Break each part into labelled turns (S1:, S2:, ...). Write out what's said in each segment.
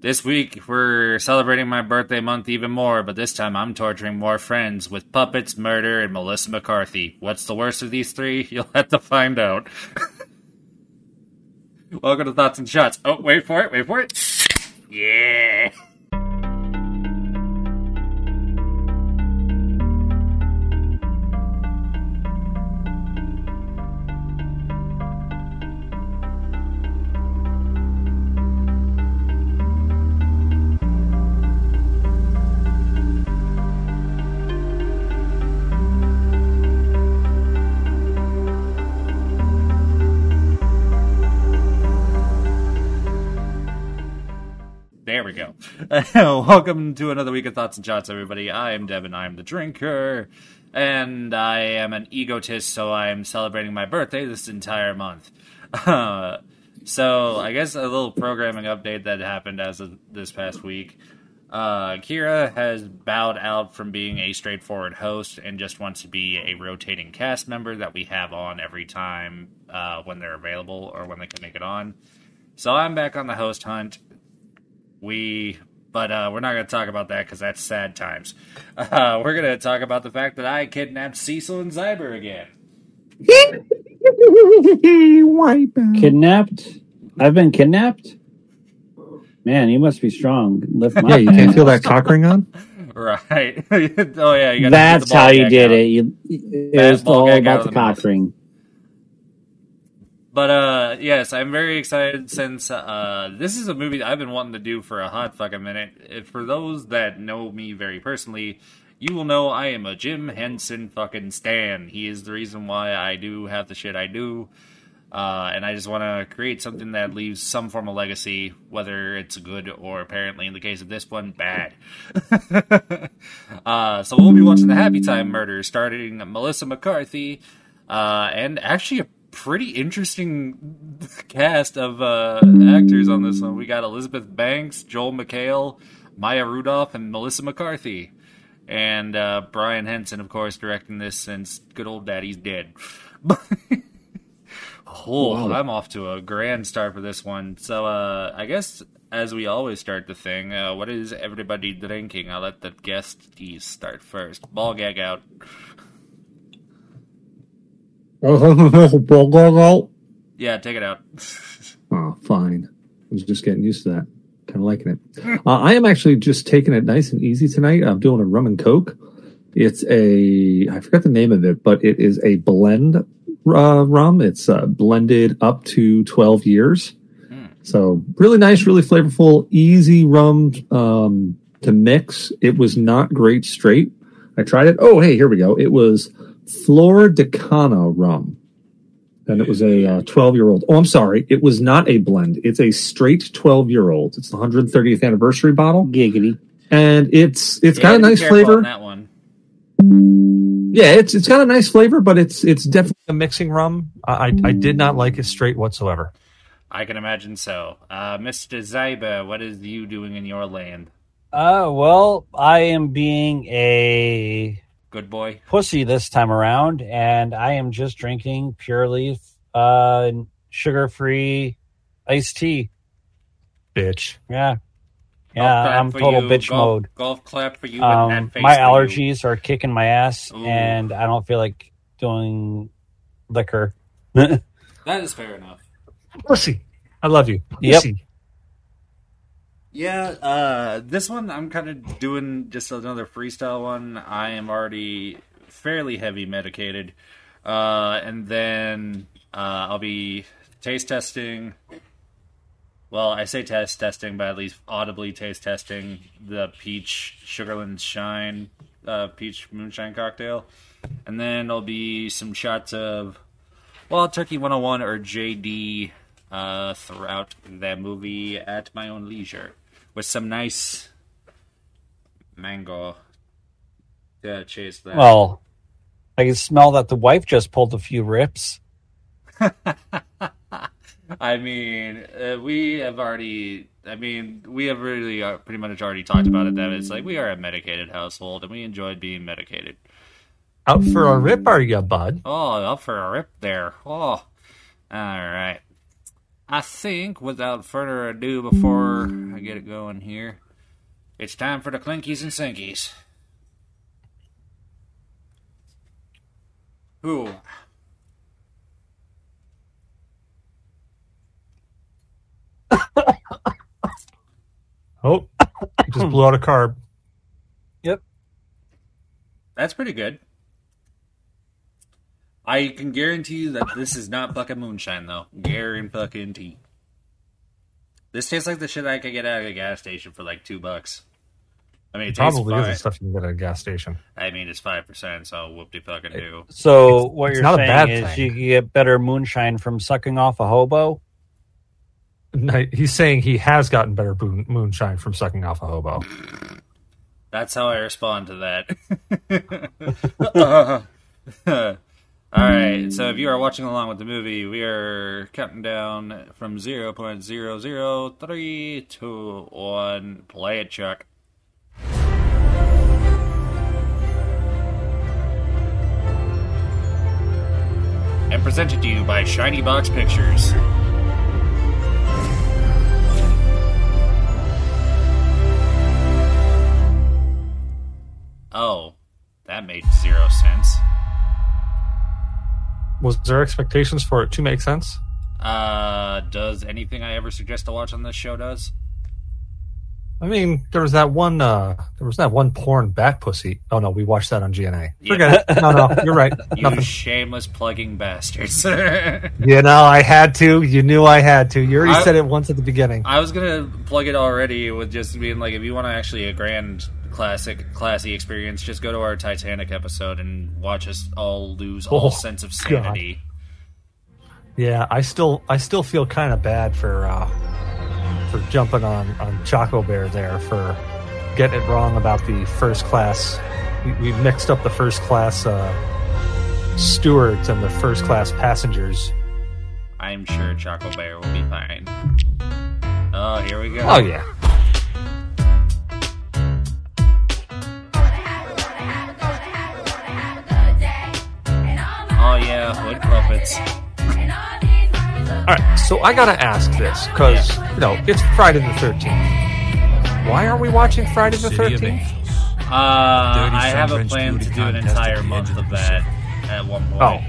S1: This week, we're celebrating my birthday month even more, but this time I'm torturing more friends with puppets, murder, and Melissa McCarthy. What's the worst of these three? You'll have to find out. Welcome to Thoughts and Shots. Oh, wait for it, wait for it. Yeah. There we go. Welcome to another week of Thoughts and Shots, everybody. I am Devin. I am the drinker. And I am an egotist, so I am celebrating my birthday this entire month. Uh, so, I guess a little programming update that happened as of this past week. Uh, Kira has bowed out from being a straightforward host and just wants to be a rotating cast member that we have on every time uh, when they're available or when they can make it on. So, I'm back on the host hunt we but uh, we're not going to talk about that because that's sad times uh, we're going to talk about the fact that i kidnapped cecil and zyber again
S2: Wipeout.
S3: Kidnapped? I've been kidnapped? Man, you must be strong. Lift my
S2: Yeah, you can't feel
S3: hands.
S2: that cock ring on.
S1: right oh yeah you got
S3: That's how you did it. You, it
S1: Bad
S3: was
S1: ball
S3: all
S1: gag out
S3: about
S1: of
S3: the
S1: the mouth.
S3: cock ring.
S1: but uh yes i'm very excited since uh this is a movie that i've been wanting to do for a hot fucking minute If- for those that know me very personally you will know i am a jim henson fucking stan he is the reason why i do have the shit i do uh, and I just want to create something that leaves some form of legacy, whether it's good or apparently, in the case of this one, bad. uh, so we'll be watching the Happy Time Murder, starting Melissa McCarthy, uh, and actually a pretty interesting cast of uh, actors on this one. We got Elizabeth Banks, Joel McHale, Maya Rudolph, and Melissa McCarthy. And uh, Brian Henson, of course, directing this since good old daddy's dead. Cool.
S3: Wow.
S1: I'm off to a grand start for this one. So, uh, I guess as we always start the thing, uh, what is everybody drinking? I'll let the guesties start first. Ball gag out.
S2: oh,
S1: Yeah, take it out.
S2: fine. I was just getting used to that. Kind of liking it. Uh, I am actually just taking it nice and easy tonight. I'm doing a rum and coke. It's a I forgot the name of it, but it is a blend uh, rum. It's uh, blended up to twelve years.
S1: Hmm.
S2: So really nice, really flavorful, easy rum um, to mix. It was not great straight. I tried it. Oh, hey, here we go. It was Flor de Cana rum. And it was a 12 year old. Oh, I'm sorry. It was not a blend. It's a straight 12 year old. It's the 130th anniversary bottle.
S3: Giggity.
S2: And it's it's
S1: Yeah,
S2: got a
S1: be
S2: nice
S1: careful
S2: flavor.
S1: On that one.
S2: Yeah, it's it's got a nice flavor, but it's it's definitely a mixing rum. I I, I did not like it straight whatsoever.
S1: I can imagine so. Uh, Mr. Zyba, what is you doing in your land?
S3: Uh, well, I am being a
S1: Good boy.
S3: pussy this time around, and I am just drinking purely uh, sugar free iced tea.
S2: Bitch.
S3: Yeah.
S1: Golf
S3: Yeah,
S1: clap
S3: I'm
S1: for
S3: total
S1: you.
S3: bitch
S1: golf,
S3: mode.
S1: Golf clap for you. and
S3: um,
S1: that face
S3: my
S1: for You.
S3: allergies are kicking my ass,
S1: Ooh.
S3: and I don't feel like doing liquor.
S1: That is fair enough.
S2: Pussy. I love you.
S3: Yep.
S2: Pussy.
S1: Yeah, uh, this one I'm kind of doing just another freestyle one. I am already fairly heavy medicated, uh, and then uh, I'll be taste testing. Well, I say test testing, but at least audibly taste testing the peach Sugarland Shine, uh, peach moonshine cocktail, and then there'll be some shots of Wild Turkey 101 or JD uh, throughout that movie at my own leisure with some nice mango. Yeah, chase that.
S3: Well, I can smell that the wife just pulled a few rips.
S1: I mean, uh, we have already. I mean, we have really uh, pretty much already talked about it. That it's like we are a medicated household, and we enjoyed being medicated.
S2: Out for a rip, are you, bud?
S1: Oh, up for a rip there. Oh, all right. I think without further ado, before I to get it going here. It's time for the clinkies and sinkies. Who?
S2: Oh, just blew out a carb.
S1: That's pretty good. I can guarantee you that this is not fucking moonshine, though. Guarantee. This tastes like the shit I could get at a gas station for like two bucks. I mean, it tastes
S2: Probably is
S1: fine.
S2: the stuff you can get at a gas station.
S1: I mean, it's five percent, so whoop de fucking do.
S3: So
S2: It's-
S3: what
S2: it's
S3: you're
S2: not a
S3: saying
S2: bad
S3: is
S2: thing.
S3: you can get better moonshine from sucking off a hobo?
S2: No, he's saying he has gotten better boon- moonshine from sucking off a hobo.
S1: That's how I respond to that. All right. So if you are watching along with the movie, we are counting down from zero point zero zero three to one. Play it, Chuck. And presented to you by Shiny Box Pictures. Oh, that made zero sense.
S2: Was there expectations for it to make sense?
S1: Uh, does anything I ever suggest to watch on this show does?
S2: I mean, there was that one. Uh, there was that one porn bat pussy. Oh no, we watched that on GNA.
S1: Yeah.
S2: Forget it. No, no, you're right.
S1: You
S2: Nothing.
S1: shameless plugging bastards. I
S2: You know, I had to. You knew I had to. You already
S1: I-
S2: said it once at the beginning.
S1: was gonna plug it already with just being like, if you want to actually a grand classic, classy experience, just go to our Titanic episode and watch us all lose all
S2: Oh,
S1: sense of sanity.
S2: yeah, I still, I still feel kind of bad for uh, for jumping on on Choco Bear there for getting it wrong about the first class. We, we mixed up the first class uh, stewards and the first class passengers.
S1: I'm sure Choco Bear will be fine. Oh, here we go.
S2: Oh yeah.
S1: Oh, yeah, hood puppets.
S2: All right, so I gotta ask this because you know it's Friday the Thirteenth. Why are we watching Friday the
S4: City of
S2: Thirteenth?
S4: Angels.
S1: Uh, I have a
S4: sun-drenched
S1: plan to
S4: beauty
S1: do an
S4: contest at
S1: entire
S4: the
S1: month
S4: edge
S1: of
S4: of the
S1: that at one point.
S2: Oh,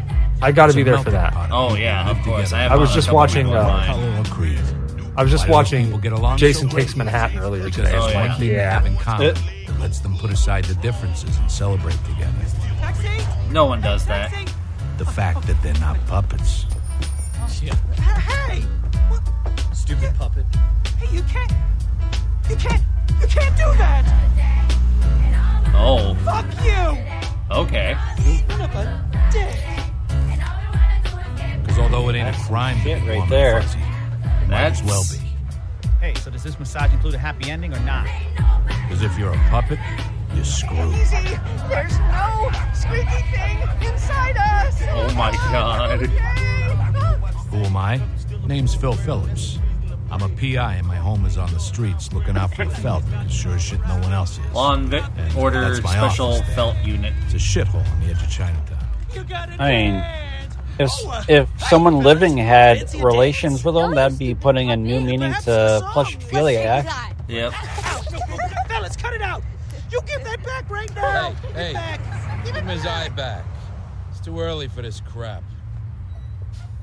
S2: I gotta be there
S4: Melting
S2: for that.
S4: pot
S1: Oh yeah, of
S4: Live
S1: course.
S4: together.
S1: I, have
S2: I was
S1: a- a
S2: just
S1: couple
S2: watching,
S1: people in
S2: uh,
S1: mind.
S4: Color or creed.
S2: I was just
S4: Why do people
S2: watching
S4: get along
S2: Jason
S4: so well?
S2: Takes Manhattan earlier
S4: Because
S2: today.
S1: Oh,
S4: there's
S1: yeah.
S4: one thing they have in common
S2: It-
S4: that lets them put aside the differences and celebrate together.
S5: Taxi?
S1: No one does that.
S5: Taxi?
S4: The fact that they're not puppets.
S5: Hey! What?
S6: Stupid puppet.
S5: Hey, you can't. You can't. You can't do that!
S1: Oh,
S5: Fuck you!
S1: okay.
S5: You son of a dick!
S4: Because although it ain't a
S3: That's
S4: crime to
S3: shit
S4: be
S3: right
S4: warm
S3: there.
S4: and fuzzy, it might
S1: That's
S4: as well be.
S6: Hey, so does this massage include a happy ending or not?
S4: Because if you're a puppet, you're screwed.
S5: Easy! There's no squeaky thing inside us!
S1: Oh my god.
S5: Yay.
S4: Who am I? Name's Phil Phillips. I'm a PI and my home is on the streets looking out for the felt. And sure as shit, no one else is.
S1: Lawn Vic
S4: And
S1: order
S4: that's my
S1: special
S4: office there.
S1: felt unit.
S4: It's a shithole on the edge of Chinatown.
S6: You got it.
S3: I mean, If if someone living had relations with them, that'd be putting a new meaning to plushophilia.
S1: Yep.
S5: Ow. Fellas, cut it out! You give that back right now! Give
S6: Hey, hey.
S5: it back! Give it
S6: Give him his
S5: back.
S6: eye back. It's too early for this crap.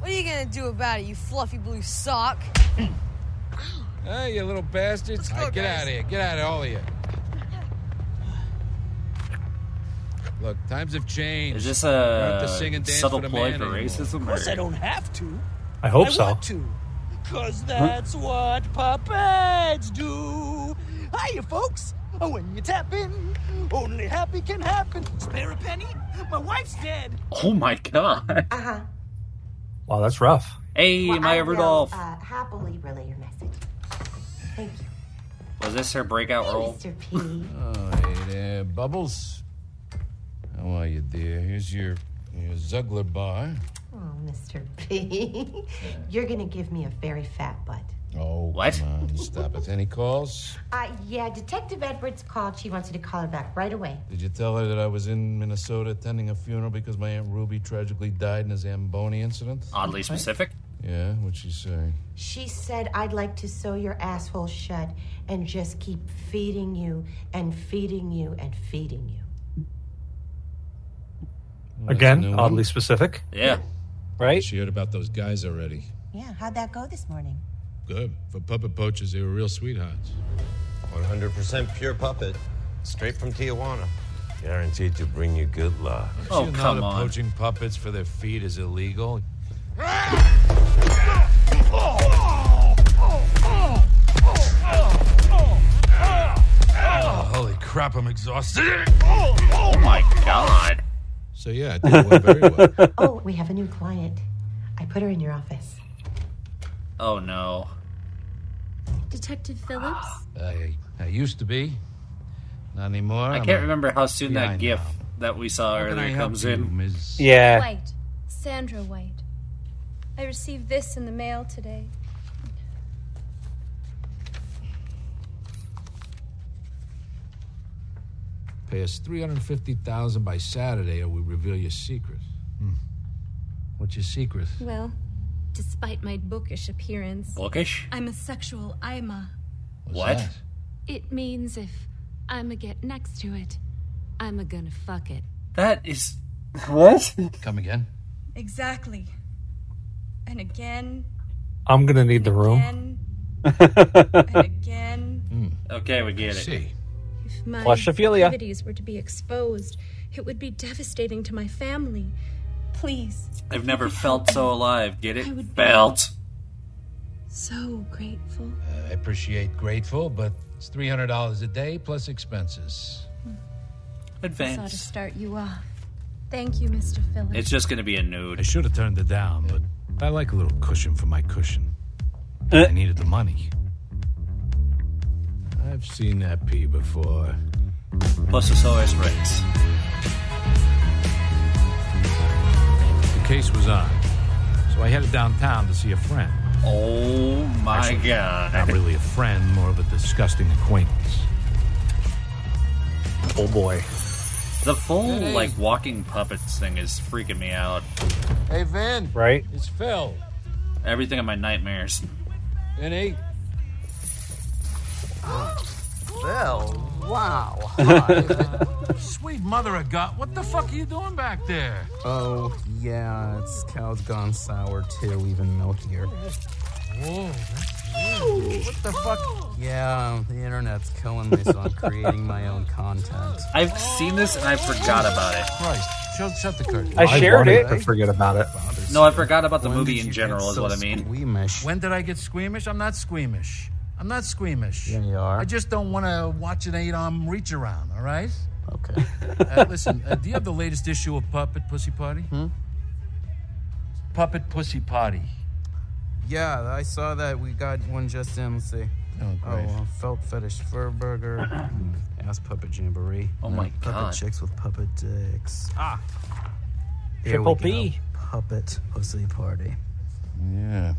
S7: What are you gonna do about it, you fluffy blue sock?
S6: Hey, you little bastards.
S7: Let's go,
S6: Hey, get
S7: guys.
S6: out of here. Get out of all of you. Look, times have changed.
S1: Is this
S6: have
S1: a
S6: to sing and dance
S1: subtle
S6: for the
S1: ploy
S6: man
S1: for
S6: anymore.
S1: racism?
S5: Of course I
S1: Or...
S5: don't have to.
S2: I hope
S5: I
S2: so.
S5: want to. Cause that's what puppets do. Hiya, folks. Oh, when you tap in, only happy can happen. Spare a penny? My wife's dead.
S1: Oh my god.
S8: Uh-huh.
S2: Wow, Oh, that's rough.
S1: Hey,
S8: Well, I
S1: Maya
S8: will,
S1: Rudolph.
S8: Uh, happily relay your message. Thank you,
S1: Was this her breakout role?
S8: Mr. P.
S6: Oh, hey there, Bubbles. How are you, dear? Here's your, your Zuggler bar.
S8: Oh, Mr. P. You're gonna give me a very fat butt.
S6: Oh,
S1: What?
S6: come on, stop it. Any calls?
S8: Uh, yeah, Detective Edwards called. She wants you to call her back right away.
S6: Did you tell her that I was in Minnesota attending a funeral because my Aunt Ruby tragically died in a Zamboni incident?
S1: Oddly specific.
S3: Yeah, what'd she say?
S8: She said, I'd like to sew your asshole shut and just keep feeding you and feeding you and feeding you.
S3: Well, that's a new
S2: Again, Oh.
S3: one.
S2: oddly specific.
S1: Yeah.
S9: right?
S3: She heard about those guys already.
S8: Yeah, how'd that go this morning?
S3: Good. For puppet poachers, they were real sweethearts.
S5: 100% pure puppet, straight from Tijuana. Guaranteed to bring you good luck.
S1: Oh,
S3: you
S1: come
S3: know that
S1: on.
S3: poaching puppets for their feet is illegal? Oh, holy crap, I'm exhausted.
S1: Oh my god.
S3: So, yeah, I think it went very well.
S8: oh, we have a new client. I put her in your office.
S1: Oh no.
S10: Detective
S3: Ah.
S10: Phillips?
S3: I, I used to be. Not anymore.
S1: I
S3: I'm
S1: can't
S3: a-
S1: remember how soon
S3: Yeah, I
S1: that gif
S3: know.
S1: that we saw
S3: How can I
S1: earlier
S3: help
S1: comes
S3: you,
S1: in.
S3: Ms.
S9: Yeah.
S10: White. Sandra White. I received this in the mail today.
S3: Pay us 350000 by Saturday or we reveal your secret. Hmm. What's your secret?
S10: Well, despite my bookish appearance,
S1: Bookish?
S10: I'm a sexual Ima.
S3: What's
S1: What?
S3: that?
S10: It means if Ima get next to it, Ima gonna fuck it.
S1: That is What?
S3: Come again?
S10: Exactly. And again,
S2: I'm gonna need the room.
S10: again, and again.
S1: Okay, we get it.
S3: See.
S10: If my
S9: Claustrophilia.
S10: activities were to be exposed, it would be devastating to my family. Please,
S1: I've never felt so alive. Get
S10: I
S1: it?
S10: would-
S1: Felt.
S10: so grateful.
S3: I appreciate grateful, but it's $300 a day plus expenses.
S10: Saw to
S1: Advanced.
S10: start you off. Thank you, Mr. Phillips.
S1: It's just gonna be a
S4: I
S1: nude.
S4: should have turned it down, but I like a little cushion for my cushion.
S1: Uh.
S4: I needed the money.
S3: I've seen that pee before.
S1: Bustosaurus Rex.
S4: The case was on, so I headed downtown to see a friend.
S1: Oh my
S4: Not
S1: god.
S4: really a friend, more of a disgusting acquaintance.
S2: Oh boy.
S1: The full like walking puppets thing is freaking me out.
S3: Hey, Vin.
S9: Right?
S3: It's Phil.
S1: Everything in my nightmares.
S3: Vinny.
S5: Well, wow.
S4: Sweet mother of God, what the fuck are you doing back there?
S11: Oh, yeah, it's cow's gone sour too, even milkier.
S4: Whoa.
S11: What the fuck? Yeah, the internet's killing me, so I'm creating my own content.
S1: I've seen this and I forgot about it.
S3: Christ. Shut, shut the curtain.
S9: I shared
S2: wanted
S9: it.
S2: to forget about it.
S1: No, I forgot about the
S11: When
S1: movie
S11: did
S1: in
S11: you
S1: general
S11: get
S1: is
S11: so
S1: what I mean.
S11: Squeamish.
S4: When did I get squeamish? I'm not squeamish. I'm not squeamish.
S11: Yeah, you are.
S4: I just don't want to watch an eight arm reach around, all right?
S11: Okay.
S4: Uh, listen, uh, do you have the latest issue of Puppet Pussy Party?
S5: Hmm?
S4: Puppet Pussy Party.
S11: Yeah, I saw that. We got one just in. Let's see.
S4: Oh,
S11: Oh,
S4: great.
S11: uh, felt fetish fur burger, mm, ass puppet jamboree.
S1: Oh
S11: and
S1: my
S11: puppet
S1: God.
S11: chicks with puppet dicks. Ah, Here
S9: Triple
S11: we go.
S9: P.
S11: puppet pussy party.
S3: Yeah.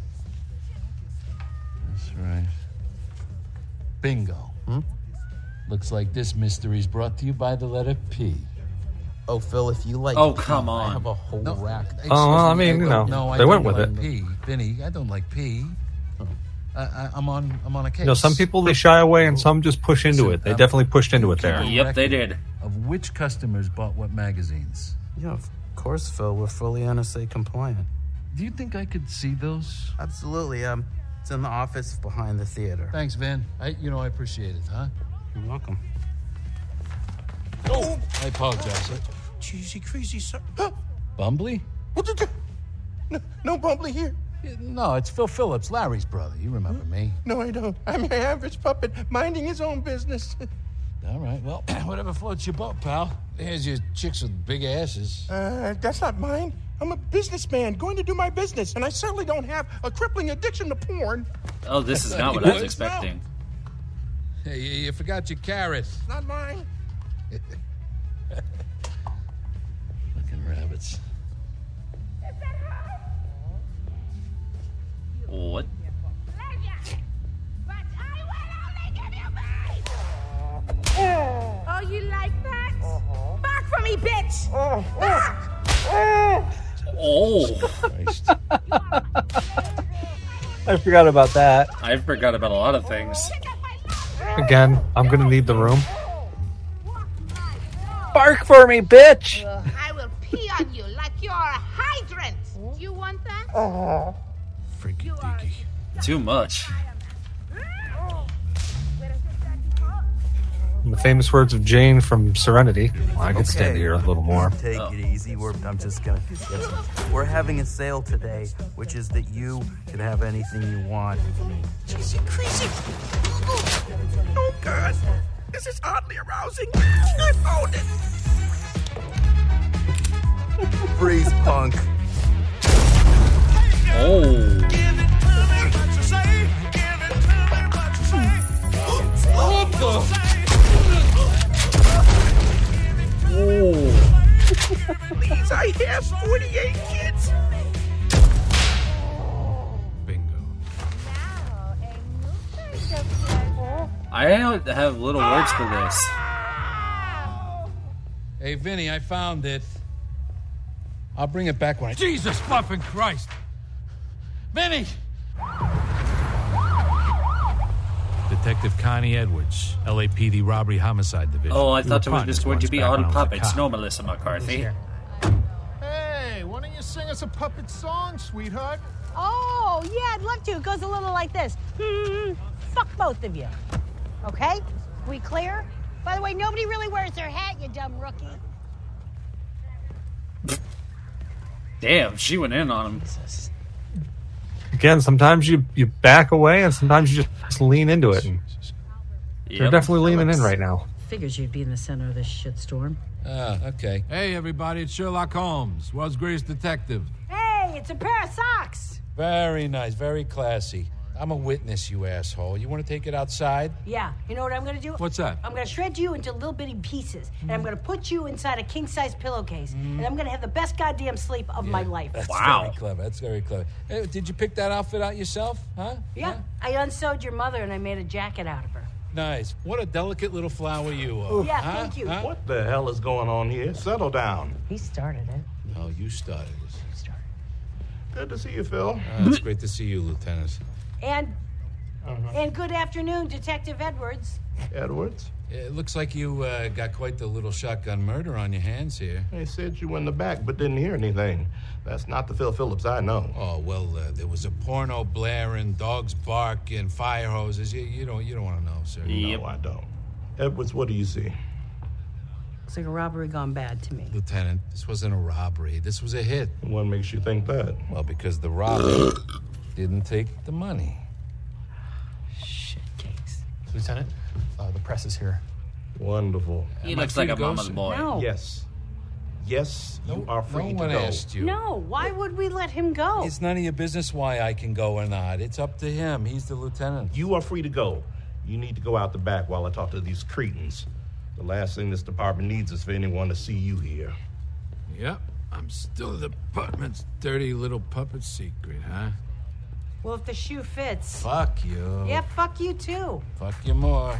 S3: That's right. Bingo.
S11: Hmm?
S3: Looks like this mystery is brought to you by the letter P.
S11: Oh, Phil, if you like,
S1: Oh, come on.
S11: I have a whole rack.
S3: Excuse
S2: well, I
S3: me,
S2: mean, you
S3: don't-
S2: know,
S3: no, Oh, I
S2: they went
S3: don't
S2: with
S3: like
S2: it.
S3: Pee, Vinny, I don't like pee. I, I, I'm on. I'm on a case.
S2: You know, some people they shy away and some just push into it. They definitely pushed into it there.
S1: Yep, they did.
S4: Of which customers bought what magazines?
S11: Yeah, of course, Phil. We're fully NSA compliant.
S4: Do you think I could see those?
S11: Absolutely. Um, it's in the office behind the theater.
S4: Thanks, Van. I, you know, I appreciate it, huh?
S11: You're welcome.
S4: Oh, I apologize.
S5: Cheesy, crazy, sir.
S4: Bumbly?
S5: What the? No, no bumbly here.
S4: No, it's Phil Phillips, Larry's brother. You remember me?
S5: No, I don't. I'm your average puppet minding his own business.
S4: All right. Well, whatever floats your boat, pal. Here's your chicks with big asses.
S5: Uh, that's not mine. I'm a businessman going to do my business, and I certainly don't have a crippling addiction to porn.
S1: Oh, this is not what I was expecting.
S4: Hey, you, you forgot your carrots.
S5: It's not mine.
S4: Fucking rabbits.
S1: What?
S10: Oh, you like that?
S12: Uh-huh.
S10: Back from me, bitch!
S5: Ah!
S1: Oh,
S4: Christ.
S13: I forgot about that.
S1: I forgot about a lot of things.
S2: Again, I'm going to need the room.
S13: Bark for me, bitch!
S12: I will pee on you like you're a hydrant. Do you want that?
S5: Uh-huh.
S1: Too much.
S2: In the famous words of Jane from Serenity, I could stand here a little more.
S11: Take it easy. We're, I'm just gonna. yes. We're having a sale today, which is that you can have anything you want.
S5: Crazy, crazy. Oh, God. This is oddly arousing. I found it.
S11: Freeze, punk.
S1: Oh.
S5: What the? Please, I have 48 kids.
S1: I don't have little words for this.
S4: Hey, Vinny, I found it. I'll bring it back when I. Jesus fucking Christ! Vinny!
S14: Detective Connie Edwards, LAPD Robbery Homicide Division.
S1: Oh, I
S14: We
S1: thought
S14: were
S1: it was
S14: partners
S1: just going to
S14: once
S1: be
S14: back when I
S1: on
S14: was a
S1: puppets.
S14: cop.
S1: No, Melissa McCarthy.
S15: Hey, why don't you sing us a puppet song, sweetheart?
S12: Oh, yeah, I'd love to. It goes a little like this. Hmm, fuck both of you. Okay? We clear? By the way, nobody really wears their hat, you dumb rookie.
S1: Damn, she went in on him.
S2: Again, sometimes you, you back away and sometimes you just lean into it. And They're
S4: Yep.
S2: definitely leaning in right now.
S16: Figures you'd be in the center of this shitstorm.
S4: Ah, okay. Hey, everybody, it's Sherlock Holmes, world's greatest detective.
S12: Hey, it's a pair of socks.
S4: Very nice, very classy. I'm a witness, you asshole. You want to take it outside?
S12: Yeah, you know what I'm gonna do?
S4: What's that?
S12: I'm gonna shred you into little bitty pieces, and
S16: Mm.
S12: I'm gonna put you inside a king size pillowcase, and I'm gonna have the best goddamn sleep of my life.
S4: That's very clever. That's very clever. Hey, did you pick that outfit out yourself? Huh?
S12: Yeah, I unsewed your mother and I made a jacket out of her.
S4: Nice. What a delicate little flower you are.
S12: Ooh. Yeah,
S4: Huh?
S12: thank you.
S4: Huh?
S12: What
S15: the hell is going on here? Settle down.
S12: He started it.
S4: No, you started this. You started.
S15: Good to see you, Phil.
S4: Ah, it's great to see you, Lieutenant.
S12: And and good afternoon, Detective Edwards.
S15: Uh-huh. Edwards?
S4: It looks like you uh, got quite the little shotgun murder on your hands here.
S15: They said you were in the back, but didn't hear anything. That's not the Phil Phillips I know.
S4: Oh well, uh, there was a porno blaring, dogs barking, fire hoses. You, you don't you don't want to know, sir.
S15: No, I don't. Edwards, what do you see?
S16: Looks like a robbery gone bad to me.
S4: Lieutenant, this wasn't a robbery. This was a hit.
S15: What makes you think that?
S4: Well, because the robber didn't take the money.
S17: Lieutenant, uh, the press is here.
S15: Wonderful.
S1: He looks like a mama's boy.
S12: No.
S15: Yes. Yes, you are free
S4: one
S15: to go.
S4: asked you.
S12: No, why would we let him go?
S4: It's none of your business why I can go or not. It's up to him. He's the lieutenant.
S15: You are free to go. You need to go out the back while I talk to these cretins. The last thing this department needs is for anyone to see you here.
S4: Yep. I'm still the department's dirty little puppet secret, huh?
S12: Well, if the shoe fits.
S4: Fuck you.
S12: Yeah, fuck you too.
S4: Fuck you more.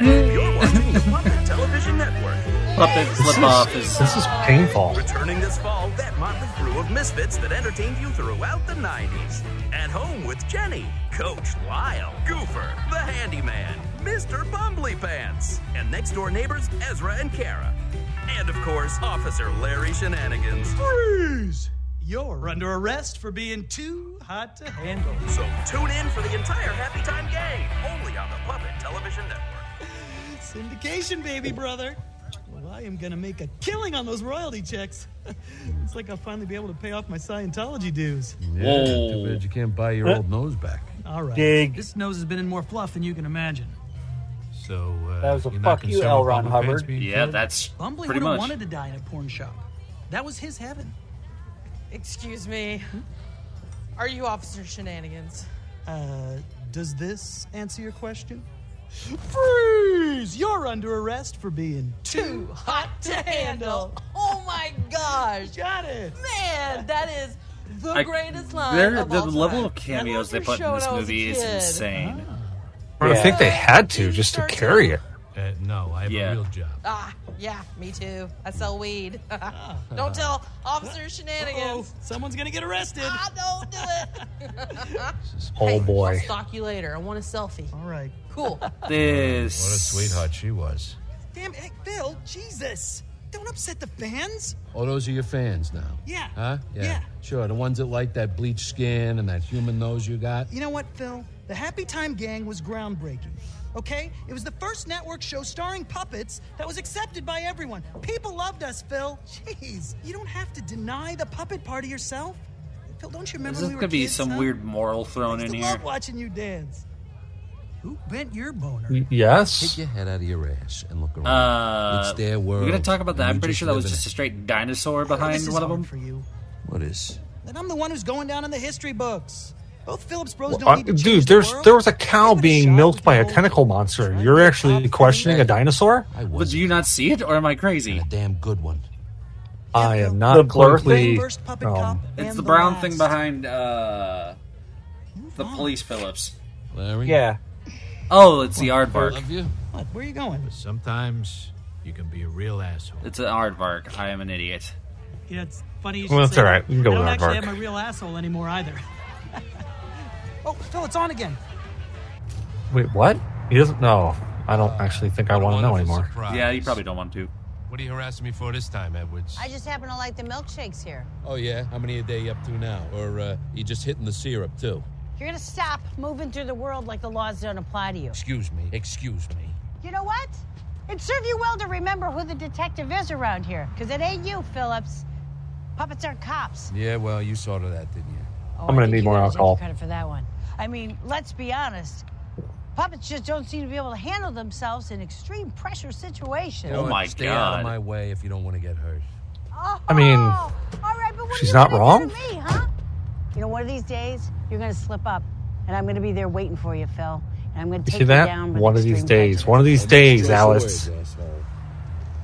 S5: You're watching the Puppet Television Network.
S1: Puppet
S2: This
S1: flip off
S2: is,
S1: is.
S2: this is painful.
S5: Returning this fall, that motley crew of misfits that entertained you throughout the 90s. At home with Jenny, Coach Lyle, Goofer, the Handyman, Mr. Bumbly Pants, and next door neighbors Ezra and Kara. And of course, Officer Larry Shenanigans.
S18: Freeze! You're under arrest for being too hot to handle.
S5: So tune in for the entire Happy Time Gang, only on the Puppet Television Network.
S18: Syndication, baby brother. Well, I am gonna make a killing on those royalty checks. it's like I'll finally be able to pay off my Scientology dues.
S4: Yeah, too bad you can't buy your old nose back.
S18: All right.
S4: Dig.
S18: This nose has been in more fluff than you can imagine.
S4: So uh,
S18: That was a
S4: you're not
S18: fuck you,
S4: concerned with
S18: L. Ron
S4: Bumblebee's
S18: Hubbard.
S4: being
S1: Yeah,
S4: killed?
S1: that's
S18: Bumbly
S1: pretty
S18: would
S1: much.
S18: have wanted to die in a porn shop. That was his heaven.
S16: Excuse me. Are you Officer Shenanigans?
S18: Uh, does this answer your question? Freeze! You're under arrest for being too hot to handle.
S16: Oh my gosh!
S18: Got it!
S16: Man, that is the
S1: I-
S16: greatest line.
S1: they're-
S16: of
S1: the
S16: all
S1: level
S16: time.
S1: of cameos they
S16: That was
S1: put in
S16: your
S1: this
S16: show
S18: Ah.
S16: when I was a
S1: movie is
S16: kid.
S1: insane.
S2: I think they had to just to carry it.
S14: At
S4: Uh, No, I have
S1: Yeah.
S4: a real job.
S19: Ah, yeah, me too. I sell weed. don't tell Officer Shenanigans.
S18: Uh-huh. someone's gonna get arrested.
S19: Ah, don't do it.
S2: Oh,
S19: Hey,
S2: boy.
S19: I'll stalk you later. I want a selfie. All
S18: right.
S19: Cool.
S1: This.
S4: What a sweetheart she was.
S18: Damn, hey, Bill, Jesus. Don't upset the fans.
S4: Oh, those are your fans now.
S18: Yeah.
S4: Huh? Sure, the ones that like that bleached skin and that human nose you got.
S18: You know what, Phil? The Happy Time Gang was groundbreaking. Okay? It was the first network show starring puppets that was accepted by everyone. People loved us, Phil. Jeez, you don't have to deny the puppet part of yourself. Phil, don't you remember
S1: Is
S18: when
S1: this
S18: we were
S1: gonna be
S18: kids,
S1: some
S18: huh?
S1: weird moral thrown in
S18: I
S1: here?
S18: love watching you dance. Who bent your boner?
S20: Yes.
S4: Take your head out of your ass and look around.
S1: Uh,
S4: it's their world.
S1: We're gonna talk about
S4: and
S1: that.
S4: you
S1: I'm pretty sure that
S4: live
S1: was
S4: in
S1: just a
S4: it.
S1: straight dinosaur
S18: know
S1: behind
S18: this is
S1: one of
S18: hard
S1: them.
S18: for you.
S4: What is?
S18: Then I'm the one who's going down in the history books. Both Phillips bros don't
S2: Well, I-
S18: need to change
S2: dude,
S18: the
S2: there's
S18: world.
S2: there was a cow being milked by a tentacle monster. You're actually questioning a dinosaur?
S1: But do you not see it, or am I crazy? a
S4: damn good one.
S2: I am
S1: The
S2: not
S1: blur thing?
S2: politically.
S1: First
S18: puppet
S2: um,
S18: And
S1: It's the
S18: the
S1: brown
S18: last.
S1: thing behind uh, the police Phillips.
S4: Larry?
S1: Yeah. Oh, it's the
S4: I
S1: aardvark.
S4: love you.
S18: What? Where are you going?
S4: But sometimes you can be a real asshole.
S1: It's an aardvark. I am an idiot.
S18: Yeah, it's funny. You
S1: Well,
S18: should
S1: that's
S18: say
S1: all right.
S18: that.
S1: We can go
S18: I don't
S1: with
S18: actually
S1: Aardvark.
S18: have my real asshole anymore either. oh, Phil, it's on again.
S2: Wait, what? He doesn't know. I don't actually think I want to know anymore.
S1: Yeah, you probably don't want to.
S4: What are you harassing me for this time, Edwards?
S21: I just happen to like the milkshakes here.
S4: Oh, yeah? How many a day you up to now? Or uh, you just hitting the syrup, too?
S21: You're gonna stop moving through the world like the laws don't apply to you.
S4: Excuse me. Excuse me.
S21: You know what? It'd serve you well to remember who the detective is around here, because it ain't you, Phillips. Puppets aren't cops.
S4: Yeah, well, you saw to that, didn't you?
S21: Oh,
S2: I'm gonna
S21: I think
S2: need
S21: you
S2: more
S21: gotta take
S2: alcohol.
S21: Credit for that one. I mean, let's be honest. Puppets just don't seem to be able to handle themselves in extreme pressure situations.
S4: You
S1: Oh,
S4: know what? Stay out of Oh, my way if you don't want to get hurt.
S21: Oh,
S2: I mean, she's not wrong.
S21: Me, huh? You know, one of these days you're gonna slip up, and I'm gonna be there waiting for you, Phil. And I'm gonna
S2: You
S21: take
S2: see
S21: you
S2: that?
S21: down. with
S2: One of these
S21: extreme
S2: days. One of these days, Alice.
S21: You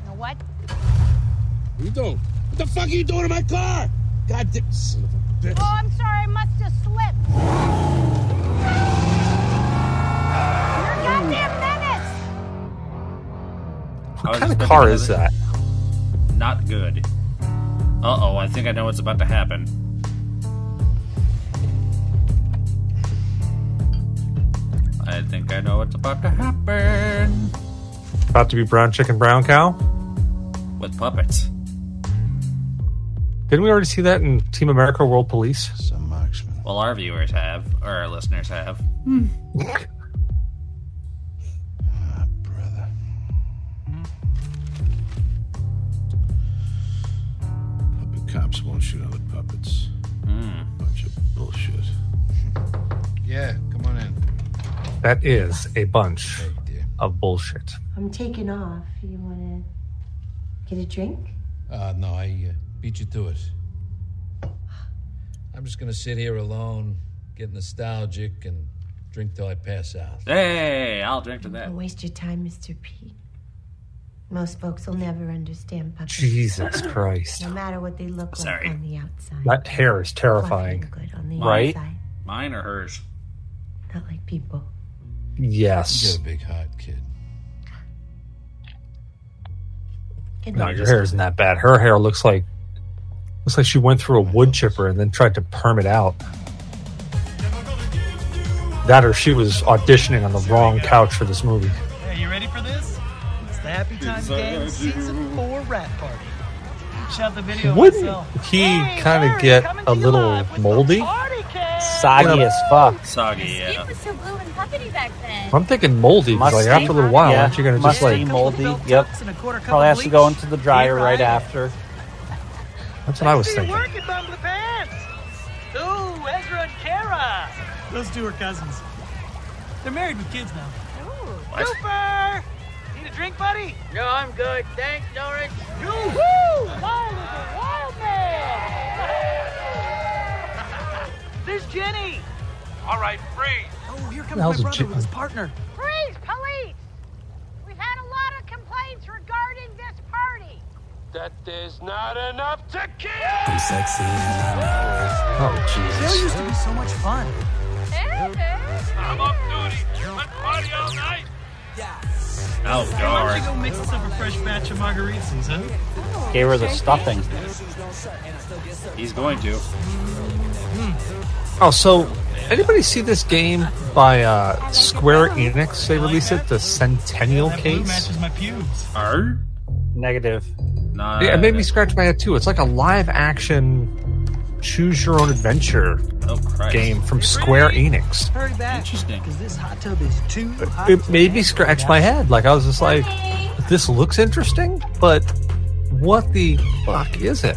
S21: know what?
S22: You don't. What the fuck are you doing in my car? God damn son of a bitch.
S21: Oh, I'm sorry. I must have slipped. You're a goddamn menace.
S1: I
S2: What
S1: was
S2: kind of
S1: just
S2: car
S1: thinking
S2: is that?
S1: Not good. Uh oh, I think I know what's about to happen. I think I know what's about to happen.
S2: About to be brown chicken, brown cow?
S1: With puppets.
S2: Didn't we already see that in Team America World Police?
S4: Some marksman.
S1: Well, our viewers have, or our listeners have.
S23: Puppet cops won't shoot other puppets.
S1: Hmm.
S23: Bunch of bullshit.
S4: Yeah, come on in.
S2: That is a bunch of bullshit.
S8: I'm taking off. You want to get a drink?
S4: Uh, no, I uh, beat you to it. I'm just going to sit here alone, get nostalgic, and drink till I pass out.
S1: Hey, I'll drink to that.
S8: Don't waste your time, Mr. Pete. Most folks will never understand puppets.
S2: Jesus Christ.
S8: No matter what they look
S1: Sorry.
S8: like on the outside.
S2: That hair is terrifying.
S8: Fluffy and good on the
S2: Right?
S8: inside,
S1: Mine or hers?
S8: not like people.
S4: You
S2: Yes.
S4: got a big heart, kid.
S8: Good
S2: No,
S8: night.
S2: your hair isn't that bad. Her hair looks like looks like she went through a wood chipper and then tried to perm it out. That or she was auditioning on the wrong couch for this movie.
S18: Hey, you ready for this? It's the Happy Time
S22: Yes, I
S18: Gang
S22: do.
S18: Season 4 Rat Party. Shot the video
S2: Wouldn't
S18: myself.
S2: he kind of get a little moldy?
S3: Soggy
S2: Yeah.
S3: as fuck.
S1: Soggy, yeah.
S24: was so blue and puppety back then.
S2: I'm thinking moldy. 'cause, Like
S3: Musty.
S2: after a little while,
S3: Yeah.
S2: aren't you going to just
S3: Musty,
S2: like?
S3: moldy. Yep. Probably has to go into the dryer right after.
S2: That's what I was thinking.
S18: Working Bumble Pants. Ooh, Ezra and Kara. Those two are cousins. They're married with kids now. Ooh.
S1: What?
S18: Cooper! Need a drink, buddy? No, I'm good. Thanks, Norris. Yoo hoo! Wild as a wild man! There's Jenny! All right, freeze! Oh, here
S2: That
S18: comes my
S2: was a
S18: brother
S2: Jen-
S18: with his partner.
S21: Please, police. We've had a lot of complaints regarding this party.
S22: That is not enough to
S25: I'm sexy and I'm
S2: always. Oh,
S18: Bill used to be so much fun.
S22: I'm off duty. Let's party all night. Yeah.
S18: Hey, Why
S1: Oh,
S18: don't
S1: darn.
S18: you go mix us up a fresh batch of margaritas, huh?
S3: Gave her the stuffing.
S1: He's going to.
S2: Oh, so anybody see this game by uh, Square Enix? They released it, the Centennial Case.
S18: matches my pubes.
S1: Are
S3: negative.
S1: Nah.
S2: Yeah, it made me scratch my head too. It's like a live action choose your own adventure
S26: Oh,
S2: game from Square Enix.
S18: Hurry back. Interesting. Because this hot tub is too
S11: Uh,
S18: hot.
S2: It made me scratch my head. Like I was just like, this looks interesting, but what the fuck is it?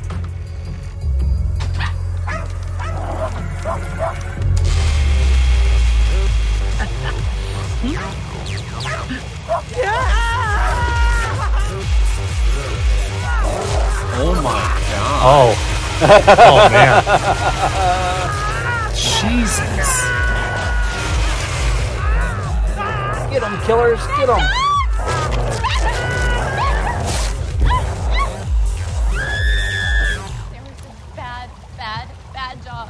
S1: Oh my god.
S2: Oh. Oh, man.
S1: Jesus.
S3: Get them, killers. Get them.
S24: Bad, bad, bad job.